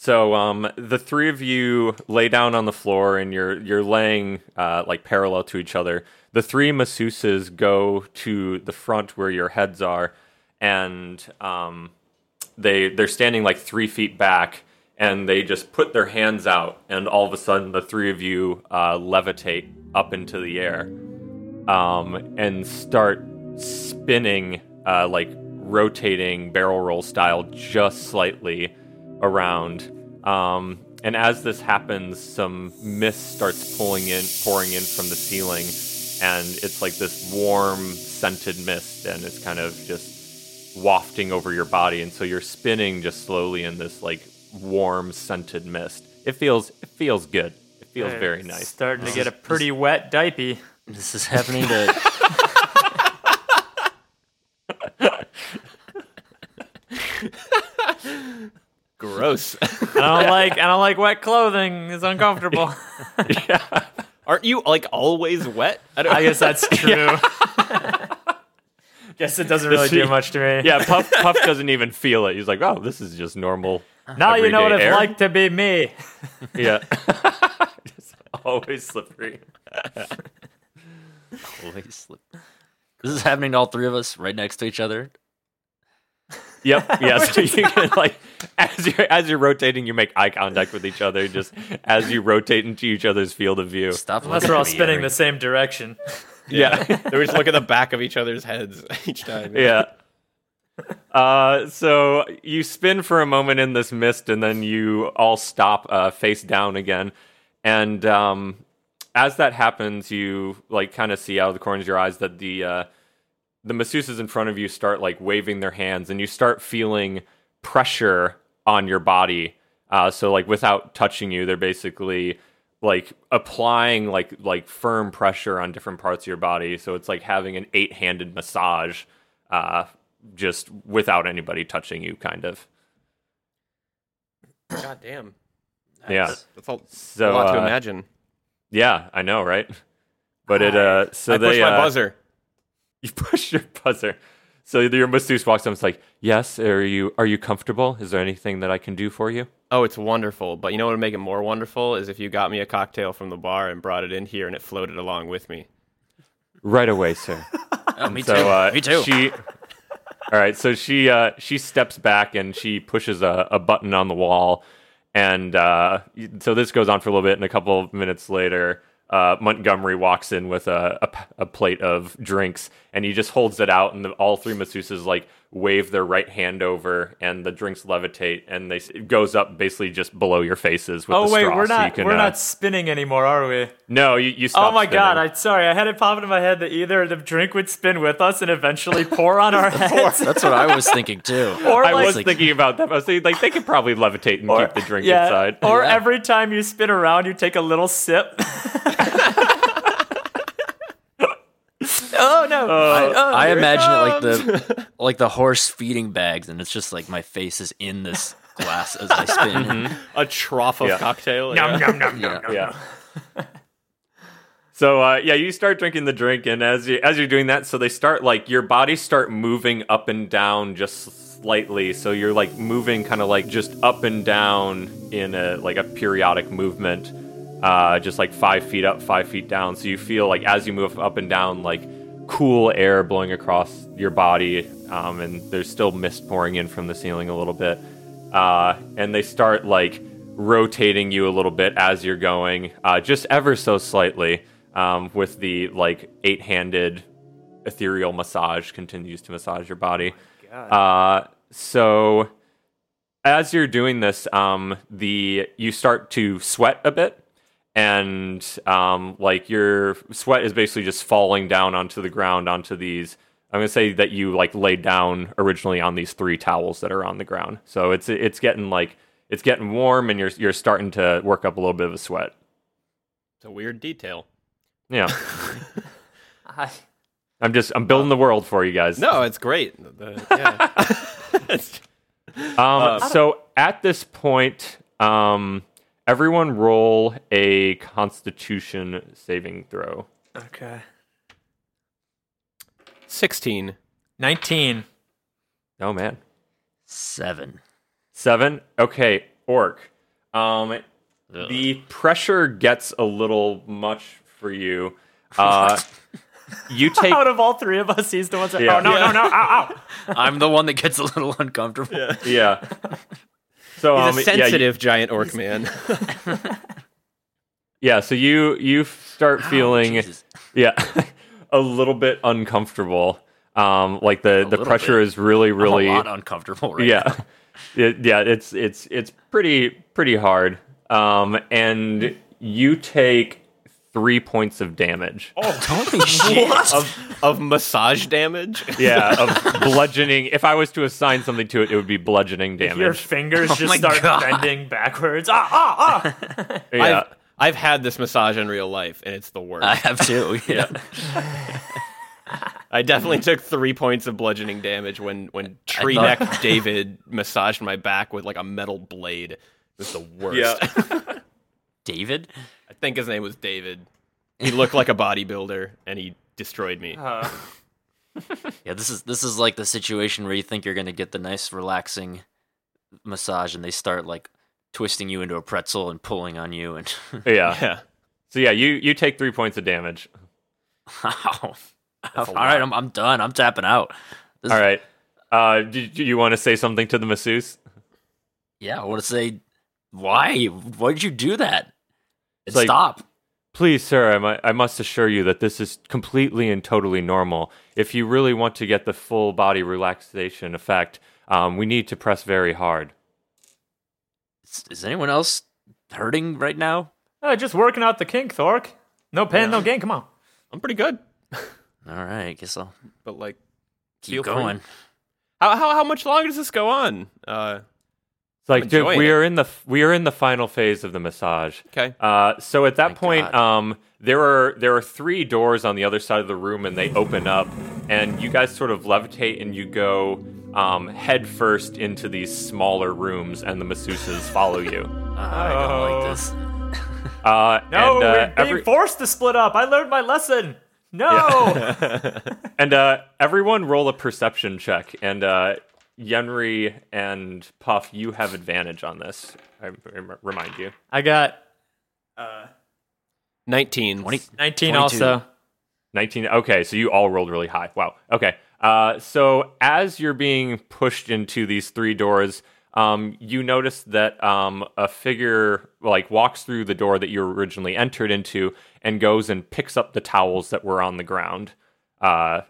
Speaker 3: So um, the three of you lay down on the floor and you're you're laying uh, like parallel to each other. The three masseuses go to the front where your heads are, and um, they they're standing like three feet back, and they just put their hands out, and all of a sudden the three of you uh, levitate up into the air, um, and start spinning uh, like rotating barrel roll style just slightly around. Um, and as this happens, some mist starts pulling in, pouring in from the ceiling, and it's like this warm, scented mist, and it's kind of just wafting over your body, and so you're spinning just slowly in this like warm, scented mist. It feels it feels good. It feels
Speaker 1: They're
Speaker 3: very nice.
Speaker 1: Starting to get a pretty wet diaper.
Speaker 3: [LAUGHS]
Speaker 5: This is happening to
Speaker 6: Gross. [LAUGHS]
Speaker 1: I don't like. I don't like wet clothing. It's
Speaker 3: [LAUGHS]
Speaker 1: uncomfortable.
Speaker 6: Aren't you like always wet? I don't
Speaker 1: I
Speaker 6: [LAUGHS]
Speaker 1: guess
Speaker 3: [LAUGHS]
Speaker 1: that's true. [LAUGHS] guess it doesn't really do much to me.
Speaker 3: Yeah, Puff Puff doesn't even feel it. He's like, oh, this is just normal.
Speaker 1: Now you know what it's
Speaker 3: everyday air."
Speaker 1: like to be me.
Speaker 3: Yeah. [LAUGHS] Just always slippery.
Speaker 5: always slip. This is happening to all three of us right next to each other.
Speaker 3: Yep. Yeah. so you [LAUGHS] can like as you're as you're rotating, you make eye contact with each other. Just as you rotate into each other's field of view.
Speaker 5: Stop.
Speaker 1: Unless
Speaker 5: looking
Speaker 1: we're
Speaker 5: at
Speaker 1: all
Speaker 5: me,
Speaker 1: spinning
Speaker 5: Henry.
Speaker 1: the same direction.
Speaker 3: Yeah.
Speaker 6: They were just look at the back of each other's heads [LAUGHS] each
Speaker 3: [LAUGHS]
Speaker 6: time.
Speaker 3: yeah. Uh, so you spin for a moment in this mist, and then you all stop uh, face down again. And um, as that happens, you like kind of see out of the corners of your eyes that the uh, the masseuses in front of you start like waving their hands, and you start feeling pressure on your body. Uh, so like without touching you, they're basically like applying like like firm pressure on different parts of your body. So it's like having an eight handed massage, uh, just without anybody touching you, kind of.
Speaker 6: God damn.
Speaker 3: Yeah.
Speaker 6: That's all,
Speaker 3: So
Speaker 6: a lot to
Speaker 3: uh,
Speaker 6: imagine.
Speaker 3: yeah, I know, right? But it uh, so
Speaker 6: I
Speaker 3: they
Speaker 6: pushed my
Speaker 3: uh,
Speaker 6: buzzer.
Speaker 3: [LAUGHS] you push your buzzer. So your masseuse walks up and is like, "Yes, are you are you comfortable? Is there anything that I can do for you?"
Speaker 6: Oh, it's wonderful. But you know what would make it more wonderful is if you got me a cocktail from the bar and brought it in here and it floated along with me.
Speaker 3: Right away, sir.
Speaker 5: Oh, [LAUGHS] me too.
Speaker 3: So uh,
Speaker 5: me too.
Speaker 3: She, all right. So she uh, she steps back and she pushes a, a button on the wall, and uh, y- so this goes on for a little bit. And a couple of minutes later, uh, Montgomery walks in with a, a p- a plate of drinks, and he just holds it out, and the, all three masseuses like wave their right hand over, and the drinks levitate, and they s- it goes up basically just below your faces. With
Speaker 1: Oh
Speaker 3: the
Speaker 1: wait,
Speaker 3: straw,
Speaker 1: we're
Speaker 3: so
Speaker 1: not
Speaker 3: you can,
Speaker 1: we're
Speaker 3: uh,
Speaker 1: not spinning anymore, are we?
Speaker 3: No, you, you
Speaker 1: Oh
Speaker 3: stop
Speaker 1: my
Speaker 3: spinning.
Speaker 1: god! I sorry, I had it pop into my head that either the drink would spin with us and
Speaker 3: [LAUGHS]
Speaker 1: eventually pour on our heads,
Speaker 5: That's what I was thinking too.
Speaker 1: [LAUGHS] or
Speaker 3: I
Speaker 1: like,
Speaker 3: was thinking about that. I was thinking like they could probably levitate and keep the
Speaker 1: [LAUGHS]
Speaker 3: drink
Speaker 1: yeah,
Speaker 3: inside.
Speaker 1: or every time you spin around, you take a little sip. oh no!
Speaker 5: I imagine it like
Speaker 1: [LAUGHS]
Speaker 5: the like the horse feeding bags, and it's just like my face is in this glass as I spin.
Speaker 1: Mm-hmm.
Speaker 6: A trough of
Speaker 3: Yeah.
Speaker 6: cocktail. yeah.
Speaker 5: Yeah.
Speaker 3: [LAUGHS] yeah. So uh, yeah, you start drinking the drink, and as you as you're doing that, so they start like your bodies start moving up and down just slightly. So you're like moving kind of like just up and down in a like a periodic movement, uh, just like five feet up, five feet down. So you feel like as you move up and down, like cool air blowing across your body, um, and there's still mist pouring in from the ceiling a little bit. Uh, and they start like rotating you a little bit as you're going, uh, just ever so slightly, um, with the like eight handed ethereal massage continues to massage your body. uh, So as you're doing this, um, the you start to sweat a bit, and um, like your sweat is basically just falling down onto the ground onto these. I'm gonna say that you like laid down originally on these three towels that are on the ground. So it's it's getting like it's getting warm, and you're you're starting to work up a little bit of a sweat.
Speaker 6: It's a weird detail.
Speaker 3: Yeah,
Speaker 1: I,
Speaker 3: I'm just I'm building the world for you guys.
Speaker 6: No, it's great. The- yeah.
Speaker 3: [LAUGHS] Um, so at this point, um, everyone roll a Constitution saving throw.
Speaker 1: okay.
Speaker 6: 16.
Speaker 1: 19.
Speaker 3: Oh man,
Speaker 5: Seven.
Speaker 3: seven. Okay, orc. Um, the pressure gets a little much for you.
Speaker 1: [LAUGHS]
Speaker 3: Uh, you take
Speaker 1: Out of all three of us, he's the one that.
Speaker 3: Yeah.
Speaker 1: Oh, no, no, no. Ow, ow.
Speaker 5: I'm the one that gets a little uncomfortable.
Speaker 3: [LAUGHS]
Speaker 5: [LAUGHS] Oh,
Speaker 3: yeah. So um,
Speaker 6: He's a
Speaker 3: yeah, you-
Speaker 6: sensitive giant orc man.
Speaker 3: yeah so you you start feeling
Speaker 5: Jesus.
Speaker 3: yeah [LAUGHS] a little bit uncomfortable um like the the
Speaker 5: little
Speaker 3: pressure
Speaker 5: bit.
Speaker 3: is really
Speaker 5: I'm
Speaker 3: really
Speaker 5: a lot uncomfortable right
Speaker 3: [LAUGHS] yeah It- yeah it's it's it's pretty pretty hard um and you take three points of damage
Speaker 1: Oh.
Speaker 6: of, of massage damage.
Speaker 3: yeah
Speaker 1: [LAUGHS]
Speaker 3: of bludgeoning if i was to assign something to it it would be bludgeoning
Speaker 1: Your
Speaker 3: damage Oh
Speaker 1: fingers just
Speaker 5: my
Speaker 1: start
Speaker 5: God.
Speaker 1: bending backwards. Ah, ah,
Speaker 3: [LAUGHS]
Speaker 1: ah.
Speaker 3: yeah
Speaker 6: I've, I've had this massage in real life, and it's the worst.
Speaker 5: I
Speaker 6: I,
Speaker 3: [LAUGHS]
Speaker 5: have two. Yeah.
Speaker 6: definitely took three points of bludgeoning damage when when tree neck David massaged my back with like a metal blade. It was the worst.
Speaker 5: David?
Speaker 6: I think his name was David.
Speaker 1: [LAUGHS]
Speaker 6: He looked like a bodybuilder, and he destroyed
Speaker 1: Ah.
Speaker 6: me.
Speaker 5: Yeah, this is this is like the situation where you think you're gonna get the nice relaxing massage and they start like twisting you into a pretzel and pulling on you and
Speaker 3: [LAUGHS] yeah
Speaker 5: [LAUGHS]
Speaker 6: [LAUGHS] yeah.
Speaker 3: so yeah you you take three points of damage
Speaker 5: Ow. All right, I'm, I'm done. I'm tapping out. This-
Speaker 3: all right uh do, do you want to say something to the masseuse
Speaker 5: Yeah, I want to say, why? Why did you do that? And
Speaker 3: like-
Speaker 5: stop.
Speaker 3: Please, sir, I, mu- I must assure you that this is completely and totally normal. If you really want to get the full body relaxation effect, um, we need to press very hard.
Speaker 5: Is, is anyone else hurting right now?
Speaker 1: Ah, just working out the kink, Thork. No pain, no gain. Come on.
Speaker 6: I'm pretty good,
Speaker 5: All right, guess I'll
Speaker 6: but like,
Speaker 5: keep
Speaker 6: Feel free.
Speaker 5: going.
Speaker 6: how how, how much longer does this go on? Uh,
Speaker 3: It's like, dude,
Speaker 6: enjoying
Speaker 3: we
Speaker 6: it.
Speaker 3: are in the f- we are in the final phase of the massage.
Speaker 6: Okay.
Speaker 3: Uh, so at that
Speaker 5: Thank
Speaker 3: point,
Speaker 5: God.
Speaker 3: um, there are there are three doors on the other side of the room, and they open up, and you guys sort of levitate, and you go um, head first into these smaller rooms, and the masseuses follow you.
Speaker 5: I don't like this.
Speaker 3: Uh,
Speaker 1: No,
Speaker 3: and, uh,
Speaker 1: we're being
Speaker 3: every-
Speaker 1: forced to split up. I learned my lesson. No.
Speaker 3: And uh, everyone roll a perception check. And uh, Yenri and Puff, you have advantage on this. I rem- remind you.
Speaker 1: [LAUGHS] I got
Speaker 6: Nineteen.
Speaker 1: 19
Speaker 5: 22.
Speaker 1: also.
Speaker 3: 19. Okay, so you all rolled really high. Wow. Okay. Uh, so as you're being pushed into these three doors, um, you notice that um, a figure like walks through the door that you originally entered into and goes and picks up the towels that were on the ground. Uh,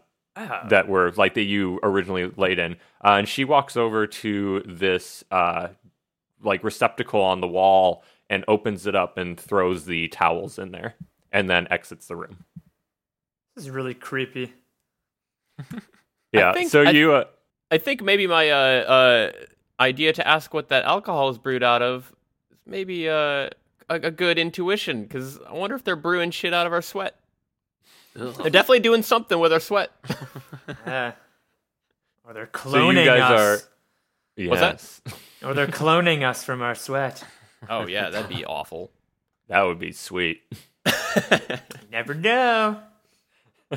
Speaker 3: that were like that you originally laid in. Uh, and she walks over to this uh, like receptacle on the wall and opens it up and throws the towels in there and then exits the room.
Speaker 1: This is really
Speaker 3: [LAUGHS]
Speaker 1: creepy.
Speaker 3: Yeah.
Speaker 6: think-
Speaker 3: so
Speaker 6: I-
Speaker 3: you uh,
Speaker 6: I think maybe my uh, uh, idea to ask what that alcohol is brewed out of is maybe uh, a, a good intuition because I wonder if they're brewing shit out of our sweat. They're definitely doing something with our sweat.
Speaker 1: Yeah. Or they're cloning
Speaker 3: so you guys
Speaker 1: us.
Speaker 3: are
Speaker 6: What's that?
Speaker 3: yes.
Speaker 1: Or they're cloning us from our sweat.
Speaker 6: [LAUGHS] Oh yeah, that'd be awful.
Speaker 3: That would be sweet.
Speaker 1: You never know.
Speaker 3: All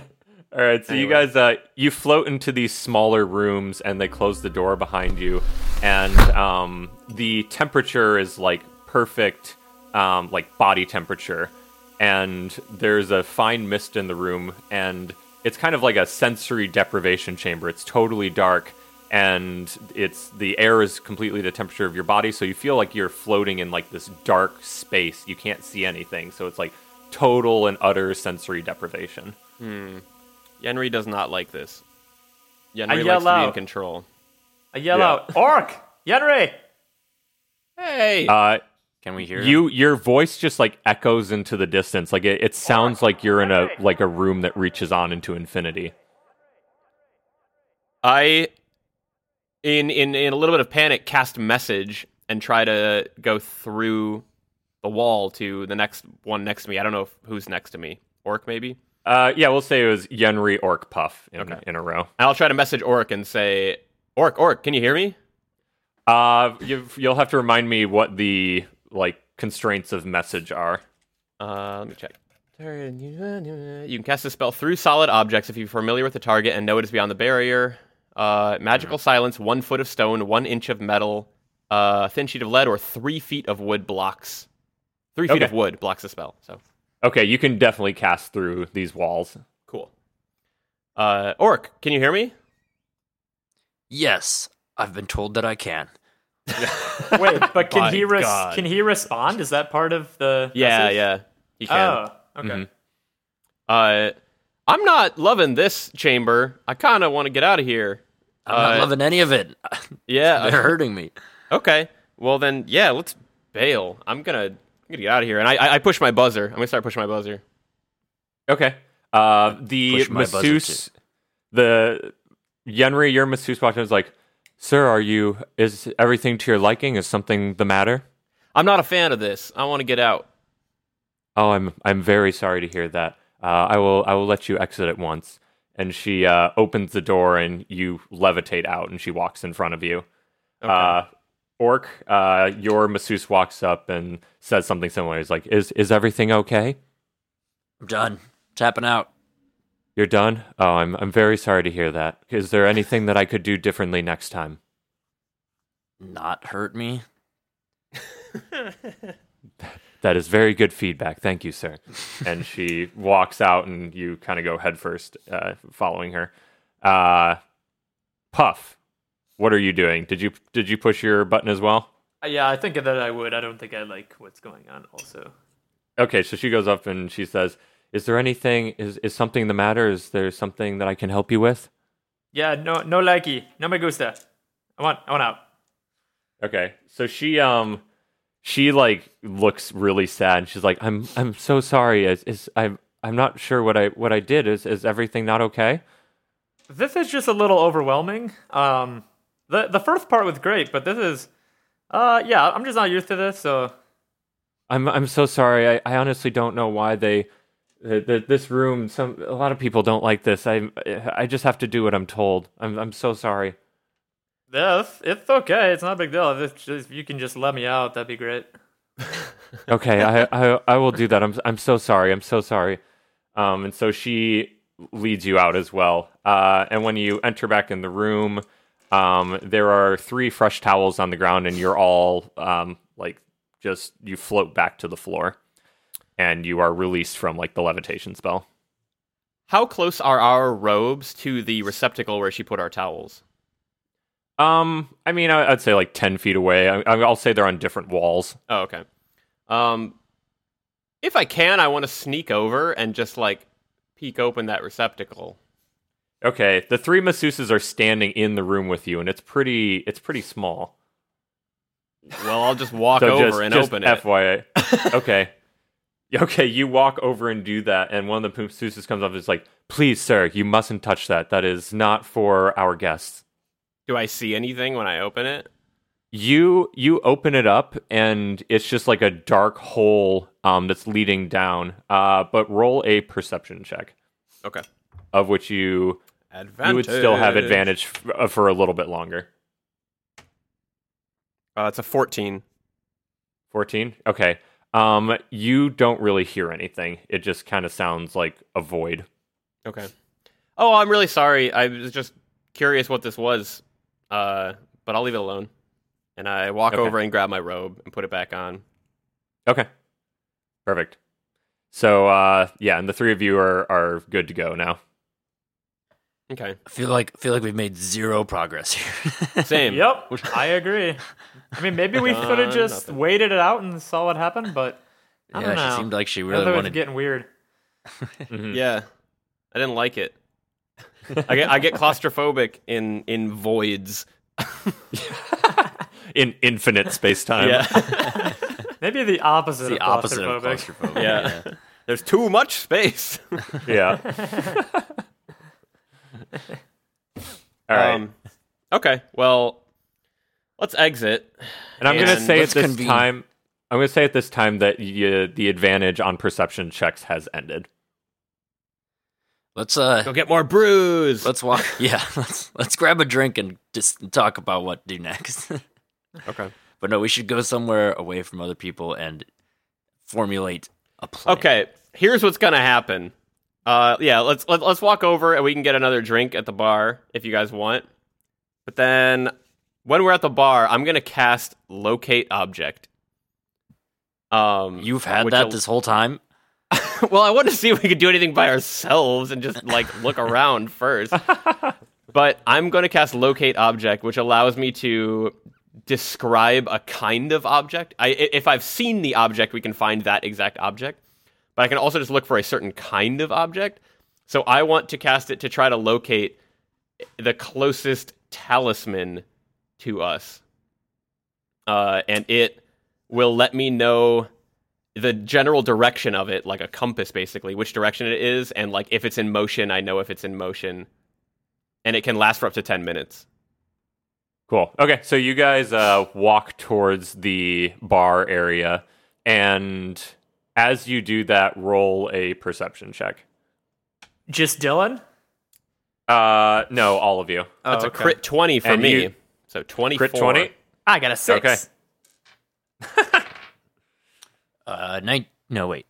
Speaker 3: right, so you guys uh you float into these smaller rooms and they close the door behind you and um the temperature is like perfect um like body temperature and there's a fine mist in the room and it's kind of like a sensory deprivation chamber. It's totally dark and it's the air is completely the temperature of your body so you feel like you're floating in like this dark space. You can't see anything. So it's like total and utter sensory deprivation.
Speaker 6: Yenri does not like this. Yenri
Speaker 1: I
Speaker 6: likes
Speaker 1: yell
Speaker 6: to be in
Speaker 1: out.
Speaker 6: control.
Speaker 1: I yell out, Orc!
Speaker 3: [LAUGHS]
Speaker 1: Yenri!
Speaker 7: Hey.
Speaker 3: Uh,
Speaker 5: Can we hear him?
Speaker 3: you your voice just like echoes into the distance. Like it, it sounds like you're in a like a room that reaches on into infinity.
Speaker 6: I, in in in a little bit of panic, cast message and try to go through the wall to the next one next to me. I don't know if, who's next to me. Orc maybe.
Speaker 3: Uh, yeah, we'll say it was Yenri Orc Puff in,
Speaker 6: Okay.
Speaker 3: in a row.
Speaker 6: And I'll try to message Orc and say, Orc, Orc, can you hear me?
Speaker 3: Uh, you, you'll have to remind me what the like constraints of message are.
Speaker 6: Uh, let me check. You can cast a spell through solid objects if you're familiar with the target and know it is beyond the barrier. Uh, magical silence, one foot of stone, one inch of metal, uh, thin sheet of lead, or three feet of wood blocks. Three feet
Speaker 3: Okay.
Speaker 6: of wood blocks the spell. So
Speaker 3: Okay, you can definitely cast through these walls.
Speaker 6: cool. Uh, Orc, can you hear me?
Speaker 5: Yes, I've been told that I can.
Speaker 1: Wait, but
Speaker 7: My
Speaker 1: can he res-
Speaker 7: God.
Speaker 1: can he respond? Is that part of the
Speaker 6: Yeah,
Speaker 1: message?
Speaker 6: yeah. He can.
Speaker 1: Oh, okay.
Speaker 5: Mm-hmm.
Speaker 6: Uh, I'm not loving this chamber. I kind of want to get out of here.
Speaker 5: I'm not
Speaker 6: Uh,
Speaker 5: loving any of it. [LAUGHS]
Speaker 6: Yeah. uh,
Speaker 5: They're hurting me.
Speaker 6: Okay. Well then, yeah, let's bail. I'm gonna, I'm gonna get out of here. And I- I, I push my buzzer. I'm gonna start pushing my buzzer.
Speaker 3: Okay. Uh, the
Speaker 5: Push my buzzer
Speaker 3: masseuse, the Yenri, your masseuse walked in and was like, "Sir, are you? Is everything to your liking? Is something the matter?"
Speaker 6: I'm not a fan of this. I want to get out.
Speaker 3: Oh, I'm I'm very sorry to hear that. Uh, I will I will let you exit at once. And she uh, opens the door, and you levitate out, and she walks in front of you. Uh, Orc, uh, your masseuse walks up and says something similar. He's like, "Is is everything okay?
Speaker 5: I'm done. Tapping out.
Speaker 3: You're done? Oh, I'm I'm very sorry to hear that. Is there anything that I could do differently next time?"
Speaker 5: Not hurt me.
Speaker 3: That is very good feedback. Thank you, sir. and she [LAUGHS] walks out, and you kind of go headfirst, uh, following her. Uh, Puff, what are you doing? Did you did you push your button as well?
Speaker 1: Uh, Yeah, I think that I would. I don't think I like what's going on. Also,
Speaker 3: Okay, so she goes up and she says, "Is there anything? Is is something the matter? Is there something that I can help you with?"
Speaker 1: yeah, no, no likey, no me gusta. I want, I want out.
Speaker 3: Okay. So she um she like looks really sad and she's like, I'm I'm so sorry. Is is I'm I'm not sure what I what I did. Is is everything not okay?
Speaker 1: This is just a little overwhelming. Um, the the first part was great, but this is, uh, yeah, I'm just not used to this. So
Speaker 3: I'm I'm so sorry. I, I honestly don't know why they th- th- this room some a lot of people don't like this. I I just have to do what I'm told. I'm I'm so sorry.
Speaker 1: this, it's okay. It's not a big deal. If, it's just, if you can just let me out, that'd be great.
Speaker 3: okay, I, I I will do that. I'm I'm so sorry. I'm so sorry. Um, and so she leads you out as well. Uh, and when you enter back in the room, um, there are three fresh towels on the ground, and you're all um like just you float back to the floor, and you are released from like the levitation spell.
Speaker 6: How close are our robes to the receptacle where she put our towels?
Speaker 3: Um, I mean, I, I'd say like ten feet away. I, I'll say they're on different walls.
Speaker 6: Oh, okay. Um, if I can, I want to sneak over and just like peek open that receptacle.
Speaker 3: Okay, the three masseuses are standing in the room with you, and it's pretty it's pretty small.
Speaker 6: Well, I'll just walk
Speaker 3: so
Speaker 6: over
Speaker 3: just,
Speaker 6: and
Speaker 3: just
Speaker 6: open it. [LAUGHS]
Speaker 3: FYI. okay. Okay, you walk over and do that, and one of the masseuses comes up and is like, "Please, sir, you mustn't touch that. That is not for our guests."
Speaker 6: Do I see anything when I open it?
Speaker 3: You you open it up, and it's just like a dark hole um, that's leading down. Uh, but roll a perception check,
Speaker 6: Okay.
Speaker 3: of which you
Speaker 6: Advantage.
Speaker 3: you would still have advantage f- uh, for a little bit longer.
Speaker 6: Uh, it's a 14.
Speaker 3: 14 okay um you don't really hear anything it just kind of sounds like a void
Speaker 6: Okay. Oh, I'm really sorry. I was just curious what this was, uh, but I'll leave it alone. And I walk
Speaker 3: Okay.
Speaker 6: over and grab my robe and put it back on.
Speaker 3: okay perfect so uh yeah and the three of you are are good to go now
Speaker 6: Okay.
Speaker 5: I feel like feel like we've made zero progress
Speaker 3: [LAUGHS]
Speaker 5: here. [LAUGHS]
Speaker 6: Same.
Speaker 1: Yep, I agree. I mean, maybe we could have just
Speaker 6: nothing.
Speaker 1: waited it out and saw what happened, but I
Speaker 5: Uh, yeah,
Speaker 1: don't know.
Speaker 5: she seemed like she
Speaker 1: I
Speaker 5: really
Speaker 1: thought it was [LAUGHS]
Speaker 5: wanted. [LAUGHS]
Speaker 1: getting weird.
Speaker 6: Yeah. [LAUGHS]
Speaker 3: [LAUGHS]
Speaker 6: I didn't like it. I get I get claustrophobic in in voids.
Speaker 3: in infinite space time.
Speaker 1: [LAUGHS] Maybe the opposite
Speaker 5: the
Speaker 1: of
Speaker 5: opposite of
Speaker 1: claustrophobic.
Speaker 5: claustrophobic. [LAUGHS]
Speaker 6: Yeah. There's too much space. [LAUGHS]
Speaker 3: yeah. All right.
Speaker 6: Um, okay. Well, let's exit.
Speaker 3: and I'm going
Speaker 6: and
Speaker 3: to say at
Speaker 5: let's
Speaker 3: this
Speaker 5: convene.
Speaker 3: time, I'm going to say at this time that you, the advantage on perception checks has ended.
Speaker 5: Let's uh,
Speaker 6: Go get more brews.
Speaker 5: let's walk. [LAUGHS] Yeah, let's let's grab a drink and just talk about what to do next. [LAUGHS]
Speaker 6: okay.
Speaker 5: but no, we should go somewhere away from other people and formulate a plan.
Speaker 6: Okay. Here's what's gonna happen. Uh, yeah. Let's let, let's walk over and we can get another drink at the bar if you guys want. But then when we're at the bar, I'm gonna cast locate object. Um,
Speaker 5: you've had
Speaker 6: which
Speaker 5: that
Speaker 6: al-
Speaker 5: this whole time.
Speaker 6: [LAUGHS] Well, I want to see if we could do anything by ourselves and just like look around first. But I'm going to cast locate object, which allows me to describe a kind of object. I, i- if I've seen the object, we can find that exact object. But I can also just look for a certain kind of object. So I want to cast it to try to locate the closest talisman to us. Uh, and it will let me know the general direction of it, like a compass, basically, which direction it is, and like if it's in motion, I know if it's in motion, and it can last for up to ten minutes.
Speaker 3: Cool. Okay, so you guys uh, walk towards the bar area, and as you do that, roll a perception check.
Speaker 1: Just Dylan?
Speaker 3: Uh, no, all of you.
Speaker 6: That's
Speaker 1: okay.
Speaker 6: a crit twenty for
Speaker 3: Oh, And
Speaker 6: me.
Speaker 3: you-
Speaker 6: so twenty.
Speaker 3: Crit twenty.
Speaker 1: I got a six.
Speaker 3: Okay.
Speaker 5: Uh, nine. No, wait,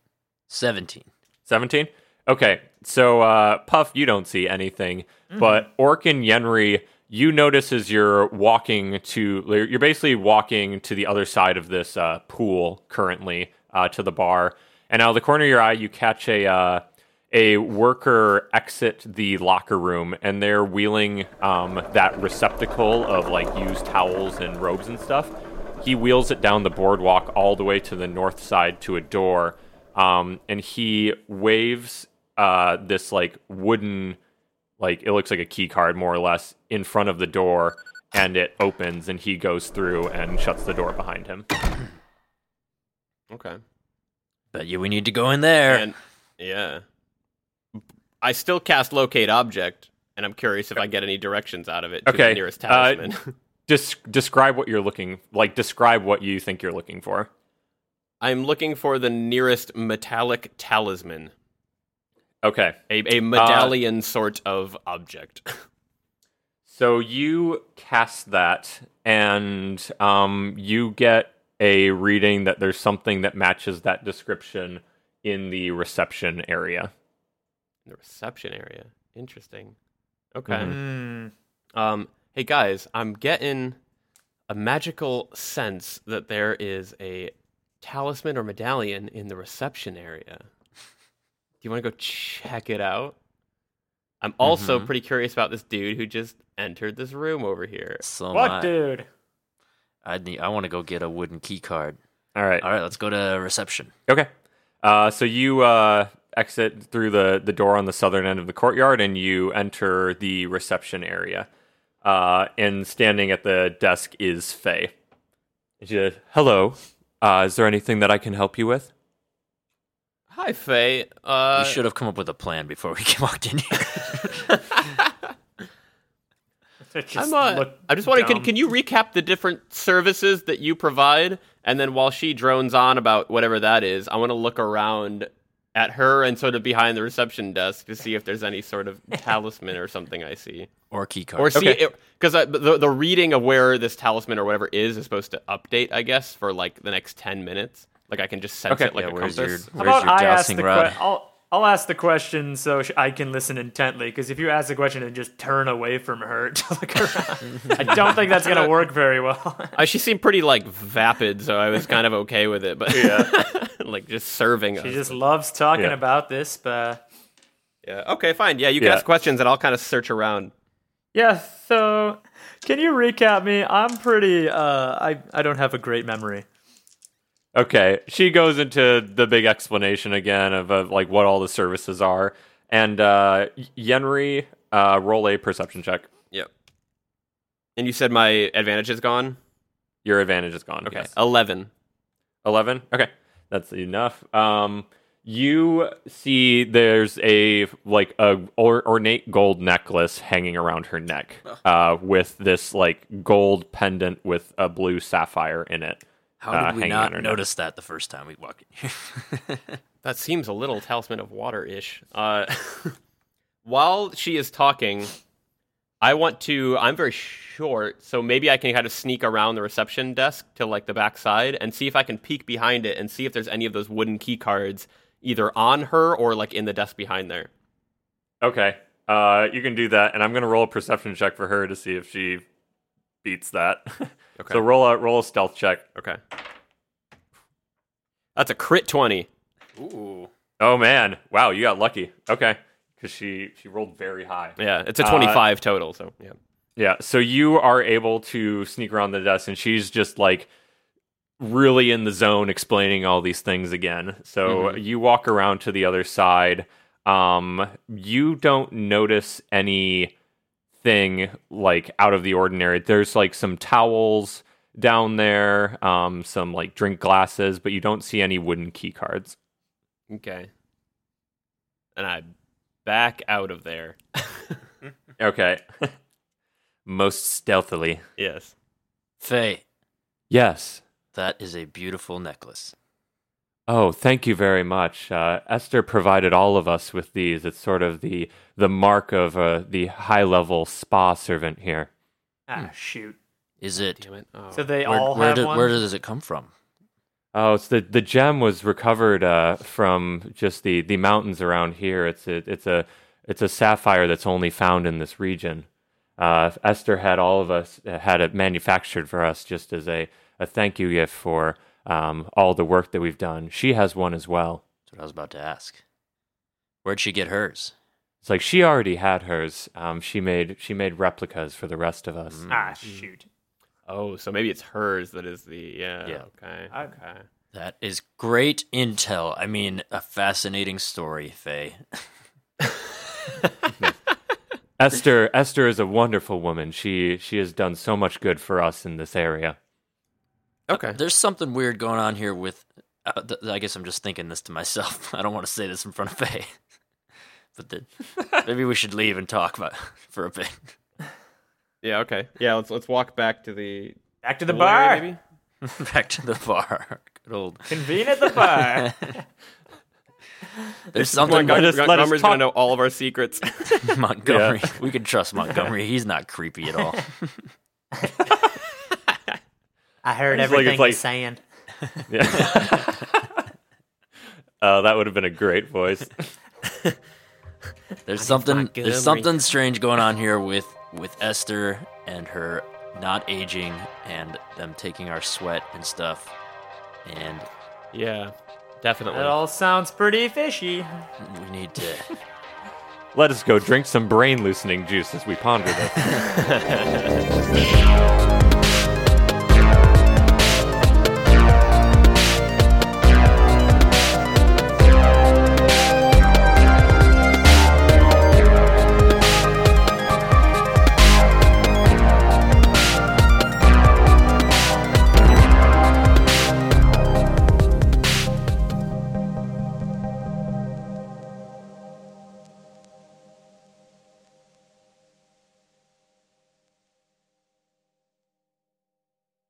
Speaker 5: seventeen.
Speaker 3: 17 okay so uh, puff you don't see anything but orc and yenri you notice as you're walking to you're basically walking to the other side of this uh, pool currently uh, to the bar and out of the corner of your eye you catch a uh, a worker exit the locker room and they're wheeling um, that receptacle of like used towels and robes and stuff he wheels it down the boardwalk all the way to the north side to a door um, and he waves uh, this like wooden like it looks like a key card more or less in front of the door and it opens and he goes through and shuts the door behind him
Speaker 6: Okay.
Speaker 5: But yeah, we need to go in there.
Speaker 6: And yeah, I still cast locate object, and I'm curious if I get any directions out of it. To
Speaker 3: Okay,
Speaker 6: The nearest
Speaker 3: uh,
Speaker 6: talisman. [LAUGHS]
Speaker 3: Des- describe what you're looking like describe what you think you're looking for
Speaker 6: I'm looking for the nearest metallic talisman,
Speaker 3: okay
Speaker 6: a, a medallion sort of object. [LAUGHS]
Speaker 3: So you cast that, and um, you get a reading that there's something that matches that description in the reception area.
Speaker 6: the reception area. Interesting. Okay. Um, hey guys, I'm getting a magical sense that there is a talisman or medallion in the reception area. Do you want to go check it out? I'm also pretty curious about this dude who just entered this room over here.
Speaker 5: so am
Speaker 1: What,
Speaker 5: I.
Speaker 1: dude?
Speaker 5: I need. I want to go get a wooden key card.
Speaker 3: All right.
Speaker 5: All right, let's go to reception.
Speaker 3: Okay. Uh, so you uh, exit through the, the door on the southern end of the courtyard and you enter the reception area. Uh, and standing at the desk is Faye. She says, Hello. Uh, is there anything that I can help you with?
Speaker 6: Hi, Faye. Uh,
Speaker 5: we should have come up with a plan before we [LAUGHS] walked in here.
Speaker 1: It just
Speaker 6: I'm, uh,
Speaker 1: looked
Speaker 6: I just want to. Can,
Speaker 1: dumb.
Speaker 6: can you recap the different services that you provide? And then while she drones on about whatever that is, I want to look around at her and sort of behind the reception desk to see if there's any
Speaker 1: [LAUGHS]
Speaker 6: sort of talisman or something I see.
Speaker 5: or key card.
Speaker 6: Or see, because the, the reading of where this talisman or whatever is is supposed to update, I guess, for like the next 10 minutes. Like I can just sense
Speaker 3: Okay.
Speaker 6: it like
Speaker 5: yeah,
Speaker 6: a
Speaker 5: where's
Speaker 6: compass.
Speaker 5: your where's
Speaker 1: How about
Speaker 5: your
Speaker 1: I ask
Speaker 5: dowsing
Speaker 1: the
Speaker 5: rod?
Speaker 1: que- I'll, I'll ask the question so sh- I can listen intently. Because if you ask the question and just turn away from her [LAUGHS] to look around, I don't think that's gonna work very well. [LAUGHS]
Speaker 6: Uh, she seemed pretty like vapid, so I was kind of okay with it. But yeah. [LAUGHS] like just serving us.
Speaker 1: she just loves talking
Speaker 3: Yeah.
Speaker 1: about this. But
Speaker 6: Yeah. Okay, fine. Yeah, you can
Speaker 3: Yeah.
Speaker 6: ask questions and I'll kind of search around.
Speaker 1: yeah, so can you recap me? I'm pretty. Uh, I I don't have a great memory.
Speaker 3: Okay, she goes into the big explanation again of, of like what all the services are, and uh, Yenri, uh, roll a perception check.
Speaker 6: Yep. And you said my advantage is gone?
Speaker 3: Your advantage is gone.
Speaker 6: Okay.
Speaker 3: yes.
Speaker 6: 11.
Speaker 3: 11 okay that's enough um you see there's a like a or, ornate gold necklace hanging around her neck uh with this like gold pendant with a blue sapphire in it
Speaker 5: How
Speaker 3: Uh,
Speaker 5: did we
Speaker 3: hang on
Speaker 5: not
Speaker 3: or not.
Speaker 5: notice that the first time we walked in here? [LAUGHS]
Speaker 6: That seems a little talisman of water ish. Uh, [LAUGHS] while she is talking, I want to. I'm very short, so maybe I can kind of sneak around the reception desk to like the back side and see if I can peek behind it and see if there's any of those wooden key cards either on her or like in the desk behind there.
Speaker 3: okay uh you can do that and i'm gonna roll a perception check for her to see if she beats that [LAUGHS]
Speaker 6: Okay.
Speaker 3: so roll a roll a stealth check
Speaker 6: Okay. That's a crit 20.
Speaker 5: Ooh.
Speaker 3: oh man wow you got lucky okay because she she rolled very high
Speaker 6: Yeah, it's a
Speaker 3: Uh,
Speaker 6: 25 total, so yeah.
Speaker 3: Yeah, so you are able to sneak around the desk, and she's just like really in the zone explaining all these things again. So you walk around to the other side. Um, you don't notice any thing like out of the ordinary. There's like some towels down there, um, some like drink glasses, but you don't see any wooden key cards.
Speaker 6: Okay. And I back out of there.
Speaker 3: Okay. [LAUGHS] Most stealthily.
Speaker 6: Yes.
Speaker 5: Faye,
Speaker 3: Yes.
Speaker 5: that is a beautiful necklace.
Speaker 3: Oh, thank you very much. Uh, Esther provided all of us with these. It's sort of the the mark of uh, the high level spa servant here.
Speaker 6: Hmm.
Speaker 1: Ah, shoot.
Speaker 5: Is it?
Speaker 6: Damn it. Oh.
Speaker 1: So they
Speaker 5: where,
Speaker 1: all
Speaker 5: where
Speaker 1: have
Speaker 5: do-
Speaker 1: one.
Speaker 5: where does it come from?
Speaker 3: Oh, it's the the gem was recovered uh, from just the, the mountains around here. It's a it's a it's a sapphire that's only found in this region. Uh, Esther had all of us uh, had it manufactured for us just as a, a thank you gift for um, all the work that we've done. She has one as well.
Speaker 5: That's what I was about to ask. Where'd she get hers?
Speaker 3: It's like she already had hers. Um, she made she made replicas for the rest of us.
Speaker 1: ah, shoot.
Speaker 6: Oh, so maybe it's hers that is the yeah.
Speaker 5: Yeah.
Speaker 6: Okay.
Speaker 1: I-
Speaker 6: okay.
Speaker 5: That is great intel. I mean, a fascinating story, Faye.
Speaker 3: Esther Esther is a wonderful woman. She she has done so much good for us in this area.
Speaker 6: Okay.
Speaker 5: There's something weird going on here with. Uh, th- I guess I'm just thinking this to myself. [LAUGHS] I don't want to say this in front of Faye. [LAUGHS] But the, maybe we should leave and talk about [LAUGHS] for a bit.
Speaker 6: Yeah. Okay. Yeah. Let's let's walk back to the
Speaker 1: Back to the
Speaker 6: pool area,
Speaker 1: bar.
Speaker 6: maybe?
Speaker 5: Back to the bar. Good old.
Speaker 1: Convene at the
Speaker 3: [LAUGHS]
Speaker 1: bar.
Speaker 5: There's
Speaker 6: Come on,
Speaker 5: something
Speaker 6: Gun-
Speaker 3: us-
Speaker 6: Gun-
Speaker 3: let us
Speaker 6: Gummer's gonna
Speaker 3: talk.
Speaker 6: know all of our secrets.
Speaker 5: with [LAUGHS] Montgomery. We can trust Montgomery. He's not creepy at all.
Speaker 1: I heard
Speaker 3: like- it's
Speaker 1: everything
Speaker 3: like-
Speaker 1: he's saying.
Speaker 3: [LAUGHS] Uh, that would have been a great voice.
Speaker 5: There's something
Speaker 1: Montgomery.
Speaker 5: there's something strange going on here with with Esther and her not aging and them taking our sweat and stuff. And
Speaker 6: [LAUGHS] yeah. Definitely.
Speaker 1: That all sounds pretty fishy.
Speaker 5: we need to
Speaker 3: Let us go drink some brain loosening juice as we ponder this.